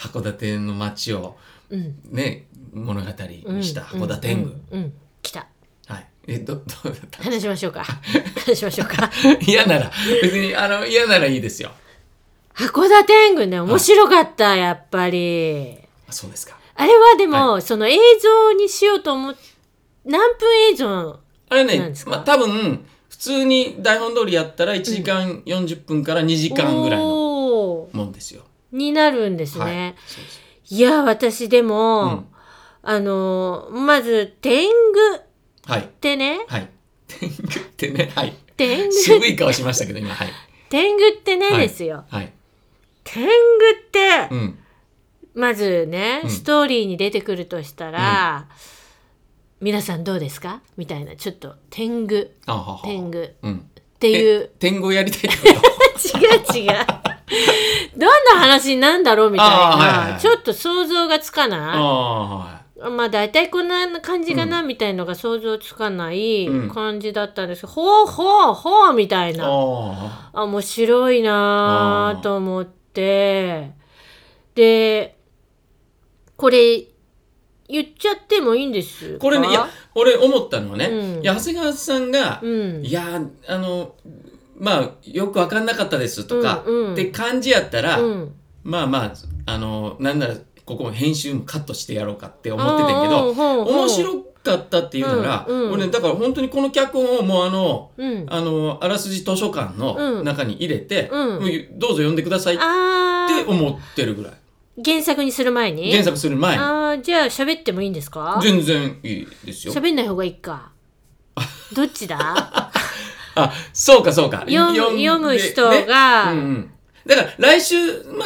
Speaker 2: 函館の街を
Speaker 1: うん。
Speaker 2: ね物語にした
Speaker 1: うん
Speaker 2: 函館天狗、
Speaker 1: うん。うん。来た。
Speaker 2: はいえどどう
Speaker 1: (laughs)
Speaker 2: だった
Speaker 1: 話しましょうか。話しましょうか。
Speaker 2: 嫌なら別にあの嫌ならいいですよ
Speaker 1: 函館天狗ね、面白かった、やっぱり。
Speaker 2: あそうですか
Speaker 1: あれはでも、その映像にしようと思っ、何分映像
Speaker 2: あれ
Speaker 1: なん
Speaker 2: ね
Speaker 1: ですか
Speaker 2: まあ多分普通に台本通りやったら1時間40分から2時間ぐらいの
Speaker 1: おー
Speaker 2: もんですよ、
Speaker 1: になるんです
Speaker 2: はい
Speaker 1: ね。
Speaker 2: そうです
Speaker 1: い、や、私でも、
Speaker 2: うん
Speaker 1: あの、まず、天狗っ
Speaker 2: はい
Speaker 1: てね、
Speaker 2: はい天狗ってねはい
Speaker 1: 天
Speaker 2: 渋
Speaker 1: 狗、
Speaker 2: い顔しましたけど今はい
Speaker 1: 天狗ってね、
Speaker 2: はい
Speaker 1: ですよ。
Speaker 2: はい
Speaker 1: 天狗って、
Speaker 2: うん
Speaker 1: まずね、
Speaker 2: うん
Speaker 1: ストーリーに出てくるとしたら、皆さんどうですかみたいな、ちょっと、天狗、
Speaker 2: あはは
Speaker 1: 天狗っ
Speaker 2: うん
Speaker 1: てい
Speaker 2: え
Speaker 1: う。
Speaker 2: 天狗をやりたいってこと
Speaker 1: 違う違う。どんな話なんだろうみたいな、
Speaker 2: あーはいはいはい
Speaker 1: ちょっと想像がつか
Speaker 2: あ
Speaker 1: な
Speaker 2: あはい
Speaker 1: まあ大体こんな感じかな、みたいのが想像つかない
Speaker 2: うん
Speaker 1: 感じだったんですけど、ほうほうほうみたい
Speaker 2: い
Speaker 1: な。
Speaker 2: あ
Speaker 1: あ面白いな
Speaker 2: あー
Speaker 1: あと思って。で、これ言っちゃってもいいんですか
Speaker 2: ーこれねいや俺思ったのはね、
Speaker 1: うん
Speaker 2: いや長谷川さんが、
Speaker 1: うん
Speaker 2: い。やーあのまあよく分かんなかったですとか、
Speaker 1: うんうん
Speaker 2: って感じやったら、
Speaker 1: うん
Speaker 2: まあまああのなんならここも編集もカットしてやろうかって思ってたんやけど、面
Speaker 1: い。
Speaker 2: 白かったっていうなら、
Speaker 1: うんうん
Speaker 2: 俺ねだから本当にこの脚本をもうあの
Speaker 1: うん。あ
Speaker 2: あのあらすじ図書館の中に入れて、
Speaker 1: うん
Speaker 2: もうどうぞ読んでくださいって
Speaker 1: あー
Speaker 2: 思ってるぐらい
Speaker 1: 原作にする前に
Speaker 2: 原作する前に
Speaker 1: ああじゃあ喋ってもいいんですか
Speaker 2: 全然いいですよ。
Speaker 1: 喋んない方がいいかどっち
Speaker 2: (laughs)
Speaker 1: だ
Speaker 2: あそうかそうか
Speaker 1: 読む
Speaker 2: んで
Speaker 1: 読む人
Speaker 2: ね
Speaker 1: が、
Speaker 2: うんうん、だから来週ま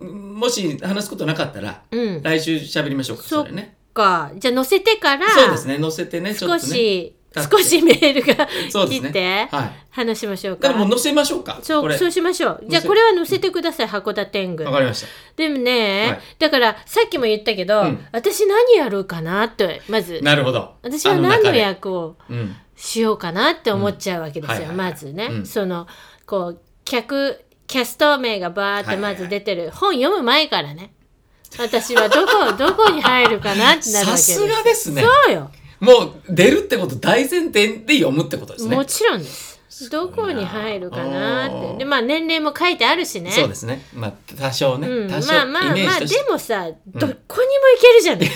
Speaker 2: あもし話すことなかったら
Speaker 1: うん
Speaker 2: 来週喋りましょうか
Speaker 1: そ
Speaker 2: そ
Speaker 1: っ
Speaker 2: れね
Speaker 1: かじゃあ載せてから
Speaker 2: そうですね載せてねちょ
Speaker 1: 少
Speaker 2: っとね
Speaker 1: し、
Speaker 2: だって
Speaker 1: 少しメールが
Speaker 2: そうで
Speaker 1: 来
Speaker 2: す
Speaker 1: て
Speaker 2: ねはい
Speaker 1: 話しましょうか
Speaker 2: だからもう載せましょうか
Speaker 1: そ
Speaker 2: こ
Speaker 1: う
Speaker 2: れ
Speaker 1: そうしましょうじゃあ
Speaker 2: 載せ
Speaker 1: これは載せてください函館天狗
Speaker 2: わかりました
Speaker 1: でもね、
Speaker 2: はい
Speaker 1: だからさっきも言ったけど、
Speaker 2: うん
Speaker 1: 私何やろうかなってまず
Speaker 2: なるほど
Speaker 1: 私は何の
Speaker 2: あ中
Speaker 1: 役を
Speaker 2: でうん
Speaker 1: しようかなって思っちゃうわけですよ、
Speaker 2: うんはいはいは
Speaker 1: ま
Speaker 2: い
Speaker 1: ずね、
Speaker 2: うん
Speaker 1: そのこう客キャスト名がバーってまず出てる、本読む前からね私はどこどこに入るかなってなるわけで
Speaker 2: さ
Speaker 1: す
Speaker 2: すがですね
Speaker 1: そうよ、
Speaker 2: もう出るってこと大前提で読むってことですね
Speaker 1: もちろんです
Speaker 2: ごいな
Speaker 1: どこに入るかなっ
Speaker 2: お
Speaker 1: て
Speaker 2: ー
Speaker 1: でまあ年齢も書いてあるしね
Speaker 2: そうですねまあ多少ね、
Speaker 1: うん、ま
Speaker 2: 多少
Speaker 1: あまあまあ
Speaker 2: イメージと
Speaker 1: で
Speaker 2: して
Speaker 1: もさ、どこにも行けるじゃない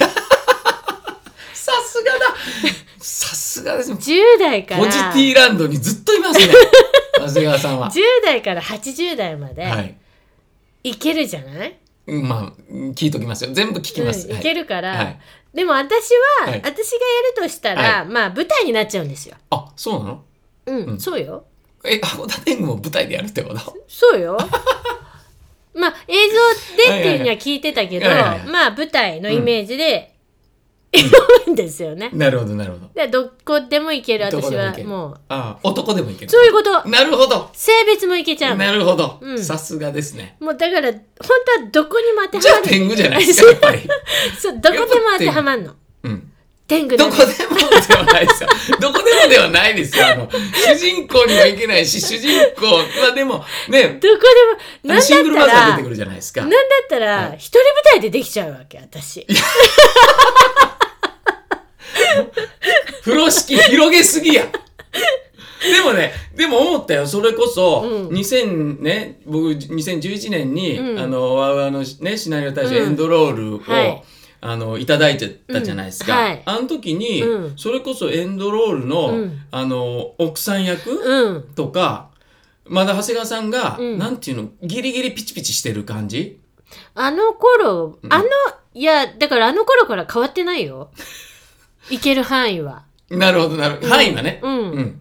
Speaker 2: さ
Speaker 1: (laughs)
Speaker 2: すがださすがですね
Speaker 1: 10代から
Speaker 2: ポジティーランドにずっと
Speaker 1: (laughs)
Speaker 2: いますね長谷川さんは
Speaker 1: 10代から80代ま
Speaker 2: は
Speaker 1: で
Speaker 2: い
Speaker 1: 行けるじゃない、
Speaker 2: うんまあうん聞いときますよ全部聞きます、
Speaker 1: うん、い
Speaker 2: はい
Speaker 1: けるから、
Speaker 2: はい
Speaker 1: でも私は、
Speaker 2: は
Speaker 1: 私がや
Speaker 2: い
Speaker 1: るとしたら、
Speaker 2: は
Speaker 1: まあ舞台になっちゃうんですよ。
Speaker 2: あそうなの
Speaker 1: うん、
Speaker 2: うん
Speaker 1: そうよ。
Speaker 2: (laughs) え函館天狗も舞台でやるってこと
Speaker 1: そうよ。まあ映像でっていうには聞いてたけど、
Speaker 2: はいはいはい
Speaker 1: まあ舞台のイメージで、 (laughs) 多いんですよね。
Speaker 2: なるほどなるほど
Speaker 1: でどこでも行ける
Speaker 2: どこ
Speaker 1: 私
Speaker 2: でも行
Speaker 1: は
Speaker 2: ける
Speaker 1: もう
Speaker 2: ああ男でもいける
Speaker 1: そういうこと
Speaker 2: なるほど
Speaker 1: 性別もいけちゃうの
Speaker 2: なるほど、
Speaker 1: うん
Speaker 2: さすがですね
Speaker 1: もうだから本当はどこにも当て
Speaker 2: じゃ
Speaker 1: は
Speaker 2: あ
Speaker 1: まる
Speaker 2: 天狗じゃないで
Speaker 1: (laughs)
Speaker 2: すかやっぱり、
Speaker 1: そうどこでも当てはまんの
Speaker 2: うん
Speaker 1: 天狗
Speaker 2: ど
Speaker 1: なん
Speaker 2: こ
Speaker 1: で
Speaker 2: でもではないですよ。どこでもではないですよ。あの、主人公にもいけないし、主人公、まあでも、ね、
Speaker 1: どこでもなん
Speaker 2: あの
Speaker 1: だっ
Speaker 2: シングルマ
Speaker 1: た
Speaker 2: ザー
Speaker 1: ら
Speaker 2: 出てくるじゃないですか。
Speaker 1: なんだった
Speaker 2: は
Speaker 1: ら
Speaker 2: い
Speaker 1: 一人舞台でできちゃうわけ私
Speaker 2: 風呂敷広げすぎや。でもね、でも思ったよ。それこそ、
Speaker 1: うん
Speaker 2: 2000ね、僕、2011年に、
Speaker 1: うん
Speaker 2: あの、ワウワウのね、シナリオ大賞
Speaker 1: うん
Speaker 2: エンドロールを、
Speaker 1: はい
Speaker 2: あの、いただいてたじゃないですか。
Speaker 1: うんはい
Speaker 2: あの時に、
Speaker 1: うん
Speaker 2: それこそエンドロールの、
Speaker 1: うん
Speaker 2: あの、奥さん役、
Speaker 1: うん
Speaker 2: とか、まだ長谷川さんが、
Speaker 1: うん
Speaker 2: なんていうの、ギリギリピチピチしてる感じ
Speaker 1: あの頃
Speaker 2: ん
Speaker 1: あのいやだからあの頃から変わってないよいける範囲は
Speaker 2: なるほど、なるほど。範囲がね。
Speaker 1: う、
Speaker 2: うんん。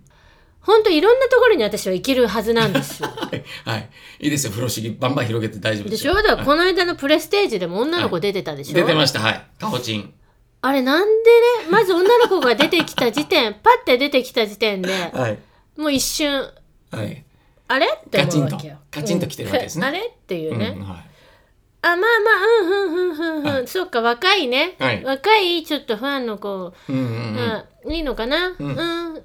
Speaker 1: ほんといろんなところに私はいけるはずなんですよ
Speaker 2: はい。はい。いいですよ。風呂敷バンバン広げて大丈夫
Speaker 1: で
Speaker 2: で
Speaker 1: し
Speaker 2: す
Speaker 1: ょ
Speaker 2: よ。
Speaker 1: だから
Speaker 2: はい
Speaker 1: この間のプレステージでも女の子出てたでしょ、
Speaker 2: 出てました。はい。カホチン。
Speaker 1: あれなんでねまず女の子が出てきた時点 (laughs) パッて出てきた時点で
Speaker 2: はい。
Speaker 1: もう一瞬
Speaker 2: はい。
Speaker 1: あれって思うわけよ
Speaker 2: ガチンとガチンと来てるわけですね、
Speaker 1: うんあれっていううんね、
Speaker 2: は
Speaker 1: あまあまあうんうんうんうんう
Speaker 2: は
Speaker 1: んそっか若いね、
Speaker 2: はい
Speaker 1: 若いちょっとファンの子、
Speaker 2: い。うんうんうん。
Speaker 1: まあ、いいのかな、
Speaker 2: う
Speaker 1: うんん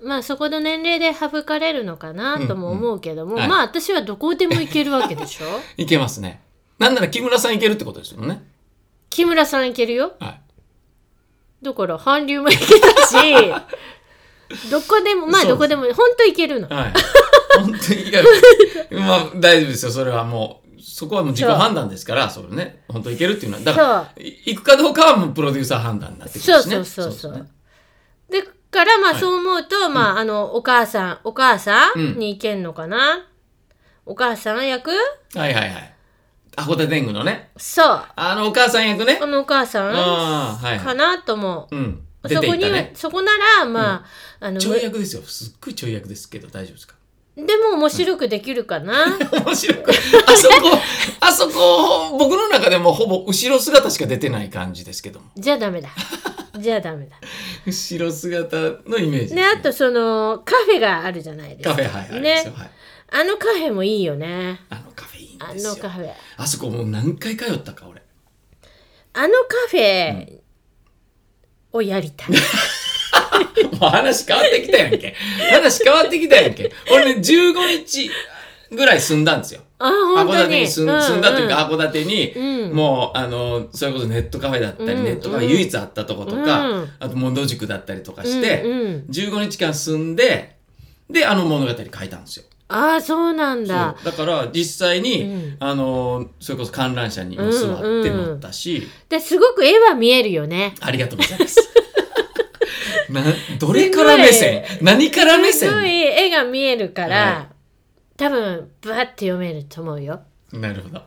Speaker 1: まあそこの年齢で省かれるのかなとも思うけども、
Speaker 2: うんうん
Speaker 1: まあ私はどこでも行けるわけで
Speaker 2: (laughs)
Speaker 1: しょ
Speaker 2: いけますね。なんなら木村さんいけるってことですよね。
Speaker 1: 木村さん行けるよ
Speaker 2: はい。
Speaker 1: だから韓流も行けたし
Speaker 2: (laughs)
Speaker 1: どこでもまあ
Speaker 2: そうです
Speaker 1: どこでも本当行けるの (laughs)
Speaker 2: はい。本当にいける。まあ、大丈夫ですよ。それはもう、そこはもう自己
Speaker 1: そう
Speaker 2: 判断ですから、それね。本当いけるっていうのは。だから、
Speaker 1: そう
Speaker 2: い行くかどうかはもうプロデューサー判断になってく
Speaker 1: そ
Speaker 2: る
Speaker 1: う
Speaker 2: しね。
Speaker 1: そうそうそう。
Speaker 2: ですね
Speaker 1: でからまあ
Speaker 2: はい
Speaker 1: そう思うと、まああのお母さんお母さ
Speaker 2: うん
Speaker 1: んに行けんのかな、お母さん役
Speaker 2: はいはいはい。アホテ天狗のね。
Speaker 1: そう
Speaker 2: あのお母さん役ね
Speaker 1: あ。のお母さん
Speaker 2: ああ、はいは
Speaker 1: か
Speaker 2: い。
Speaker 1: なと思う。
Speaker 2: うん。出
Speaker 1: そ
Speaker 2: て
Speaker 1: こ
Speaker 2: いっ
Speaker 1: に
Speaker 2: た
Speaker 1: は、
Speaker 2: ね。
Speaker 1: そこならまあ、あの
Speaker 2: ちょい役ですよ。すっごいちょい役ですけど、大丈夫ですか
Speaker 1: でも面白くできるかな
Speaker 2: 面白く。あそこ、あそこ、僕の中でもほぼ後ろ姿しか出てない感じですけども。
Speaker 1: じゃあダメだじゃあダメ
Speaker 2: (laughs)
Speaker 1: だ
Speaker 2: 後ろ姿のイメージです、
Speaker 1: であとそのカフェがあるじゃないです
Speaker 2: カ
Speaker 1: か
Speaker 2: フェ、はい、ありますよ。
Speaker 1: ね
Speaker 2: はい。
Speaker 1: あのカフェもいいよね
Speaker 2: あのカフェいいん
Speaker 1: あ
Speaker 2: ですよ
Speaker 1: の。カフェ
Speaker 2: あそこもう何回通ったか、俺。 (laughs)
Speaker 1: あのカフェをやりたい、
Speaker 2: もう話変わってきたやんけ。話変わってきたやんけ。俺ね、15日ぐらい住んだんですよ。
Speaker 1: あ本
Speaker 2: 函
Speaker 1: 当
Speaker 2: 館
Speaker 1: に
Speaker 2: に住ん住んだという
Speaker 1: う
Speaker 2: か、
Speaker 1: ん
Speaker 2: 函館に、
Speaker 1: うん
Speaker 2: もう、あの、それこそネットカフェだったり、
Speaker 1: うん
Speaker 2: ネットカフェ唯一あったとことか、
Speaker 1: うん
Speaker 2: あと、モンド塾だったりとか
Speaker 1: うん
Speaker 2: して、
Speaker 1: うんうん
Speaker 2: 15日間住んで、で、あの物語書いたんですよ。
Speaker 1: ああそうなん
Speaker 2: そう
Speaker 1: だ
Speaker 2: だから、実際に、
Speaker 1: うん
Speaker 2: あの、それこそ観覧車にも座って乗ったし、
Speaker 1: ですごく絵は見えるよね
Speaker 2: ありがとうござ
Speaker 1: (laughs)
Speaker 2: います。などれから目線何から目
Speaker 1: すごい
Speaker 2: 線
Speaker 1: 絵が見えるから、
Speaker 2: は
Speaker 1: 多分バッて読めると思うよ
Speaker 2: なるほど。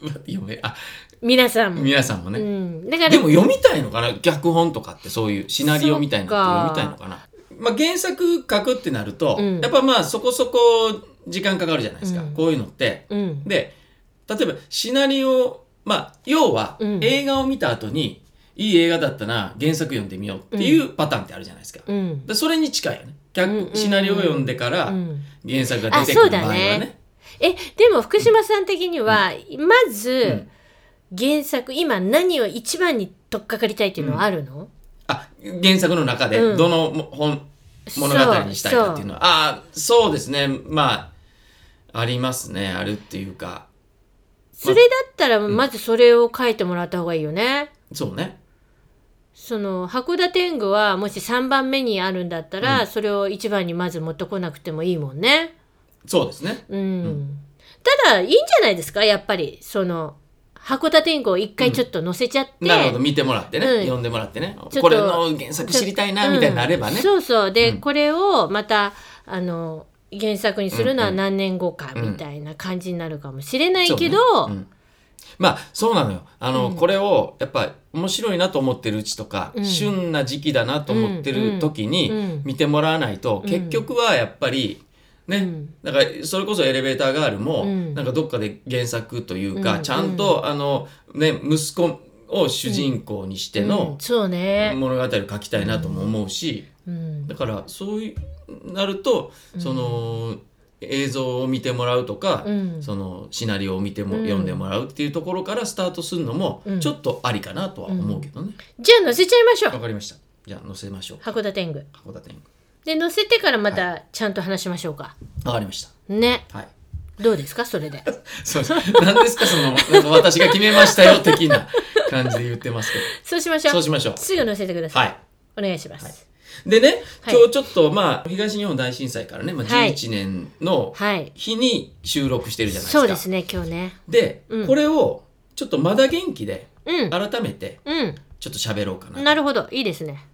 Speaker 2: (laughs) 読め、あ、
Speaker 1: 皆さんも、
Speaker 2: 皆さんもね。
Speaker 1: うん、だから
Speaker 2: でも読みたいのかな脚本とかってそういうシナリオみたいなのって読みたいのかなまあ、原作書くってなると、
Speaker 1: うん
Speaker 2: やっぱまあそこそこ時間かかるじゃないですか、
Speaker 1: うん
Speaker 2: こういうのって。
Speaker 1: うん
Speaker 2: で例えばシナリオまあ要は
Speaker 1: うん
Speaker 2: 映画を見た後に、いい映画だったな原作読んでみようっていうパターンってあるじゃないですか。
Speaker 1: うん
Speaker 2: でそれに近いよ
Speaker 1: う
Speaker 2: ね。
Speaker 1: んうんう
Speaker 2: 脚
Speaker 1: ん
Speaker 2: シナリオを読んでから
Speaker 1: うん
Speaker 2: 原作が出てくる場合は
Speaker 1: あそうだ
Speaker 2: ね
Speaker 1: ね。えでも福島さん的には、まず、原作今何を一番に取っかかりたいっていうのはあるの、
Speaker 2: あ原作の中で
Speaker 1: うん
Speaker 2: どのも本、物語にしたいかっていうのはああそうですねまあありますねあるっていうか
Speaker 1: それだったらまずそれを書いてもらった方がいいよね、
Speaker 2: そうね
Speaker 1: その函館天狗はもし3番目にあるんだったら、それを1番にまず持ってこなくてもいいもんね。
Speaker 2: そうですね
Speaker 1: うん、ただいいんじゃないですかやっぱりその函館天狗を一回ちょっと載せちゃって、
Speaker 2: なるほど見てもらってね、
Speaker 1: うん
Speaker 2: 読んでもらってね
Speaker 1: と
Speaker 2: これの原作知りたいなみたいになれ
Speaker 1: う
Speaker 2: ばね
Speaker 1: ん、そうそうで、
Speaker 2: うん
Speaker 1: これをまたあの原作にするのは
Speaker 2: うんうん
Speaker 1: 何年後かみたいな感じになるかもしれないけど、
Speaker 2: そうねうんまあそうなのよあの、これをやっぱ面白いなと思ってるうちとか、
Speaker 1: うん
Speaker 2: 旬な時期だなと思ってる時に
Speaker 1: うん
Speaker 2: 見てもらわないと、
Speaker 1: うん
Speaker 2: 結局はやっぱりね、
Speaker 1: うん
Speaker 2: だからそれこそエレベーターガールも、
Speaker 1: うん
Speaker 2: なんかどっかで原作という
Speaker 1: う
Speaker 2: か、
Speaker 1: ん
Speaker 2: ちゃんとあの、ね、息子を主人公にして
Speaker 1: う
Speaker 2: の
Speaker 1: んそうね、
Speaker 2: 物語を書きたいなとも思うし、
Speaker 1: うん
Speaker 2: だからそういうなると
Speaker 1: うん
Speaker 2: その映像を見てもらうとか、
Speaker 1: うん
Speaker 2: そのシナリオを見ても、
Speaker 1: うん
Speaker 2: 読んでもらうっていうところからスタートするのも
Speaker 1: うん
Speaker 2: ちょっとありかなとは思うけどね。
Speaker 1: じゃあ載せちゃいましょ
Speaker 2: わ
Speaker 1: う
Speaker 2: かりました。じゃあ載せましょう。
Speaker 1: 函館天狗
Speaker 2: 函館に。
Speaker 1: で載せてからまたちゃんと話しましょうか、
Speaker 2: わかりました。
Speaker 1: ね
Speaker 2: はい。
Speaker 1: どうですかそれで
Speaker 2: そうです。何ですかその、なんか私が決めましたよ的な感じで言ってますけ
Speaker 1: そうしましょ
Speaker 2: ど。
Speaker 1: う
Speaker 2: そうしましょう。
Speaker 1: すぐ載せてください、
Speaker 2: はい。
Speaker 1: お願いします、
Speaker 2: でね、
Speaker 1: はい
Speaker 2: 今日ちょっとまあ、東日本大震災からね、まあ、
Speaker 1: はい
Speaker 2: 11年の
Speaker 1: はい。
Speaker 2: 日に収録してるじゃないですか。
Speaker 1: そうですね、今日ね。
Speaker 2: で、
Speaker 1: うん
Speaker 2: これを、ちょっとまだ元気で、
Speaker 1: うん。
Speaker 2: 改めて、
Speaker 1: う。
Speaker 2: ちょっと喋ろうかなんと
Speaker 1: なるほど。いいですね。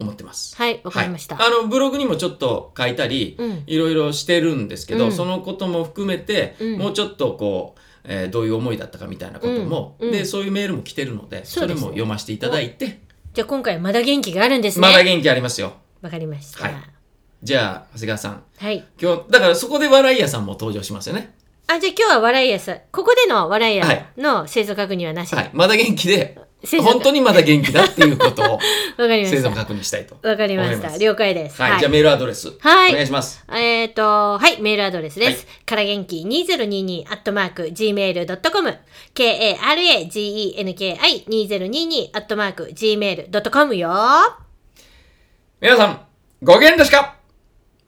Speaker 2: 思ってます。
Speaker 1: はい、わかりました。
Speaker 2: はいあの、ブログにもちょっと書いたり、
Speaker 1: うん。
Speaker 2: いろいろしてるんですけど、
Speaker 1: うん
Speaker 2: そのことも含めて、
Speaker 1: うん
Speaker 2: もうちょっとこう、えーどういう思いだったかみたいなことも、
Speaker 1: うんうん
Speaker 2: でそういうメールも来てるのでそ
Speaker 1: そう
Speaker 2: れ
Speaker 1: ですね
Speaker 2: も読ませていただいて、
Speaker 1: じゃあ今回まだ元気があるんですね。
Speaker 2: まだ
Speaker 1: わ、
Speaker 2: 元気ありますよ
Speaker 1: かりました。
Speaker 2: は
Speaker 1: はいい。
Speaker 2: じゃあ長谷川さん今日だからそこで笑い屋さんも登場しますよね
Speaker 1: あ、じゃあ今日は笑い屋さん、ここでの笑い
Speaker 2: は
Speaker 1: 屋
Speaker 2: い
Speaker 1: の製造確認はなしで。
Speaker 2: はいまだ元気で
Speaker 1: 製造
Speaker 2: 本当にまだ元気だっていう
Speaker 1: (laughs)
Speaker 2: ことを
Speaker 1: わかりまし
Speaker 2: 生存
Speaker 1: た。
Speaker 2: 確認したいと
Speaker 1: わかりま
Speaker 2: 思
Speaker 1: し
Speaker 2: いま
Speaker 1: た。
Speaker 2: す
Speaker 1: 了解です。
Speaker 2: はい、じゃあメールアドレス、
Speaker 1: はい
Speaker 2: お願いします
Speaker 1: えっ、と、はい、メールアドレスです。から元気2022アットマーク gmail.com k-a-r-a-g-e-n-k-i2022 アットマーク gmail.com よ
Speaker 2: 皆さんご機嫌ですか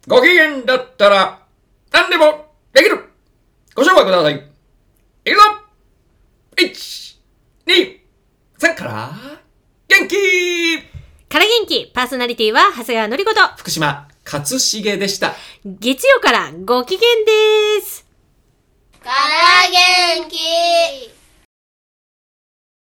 Speaker 2: ご機嫌だったら何でもできるご紹介くださいいくぞ1 2 3から元気
Speaker 1: から元気パーソナリティは長谷川のりこと
Speaker 2: 福島勝重でした
Speaker 1: 月曜からご機嫌です
Speaker 3: から元気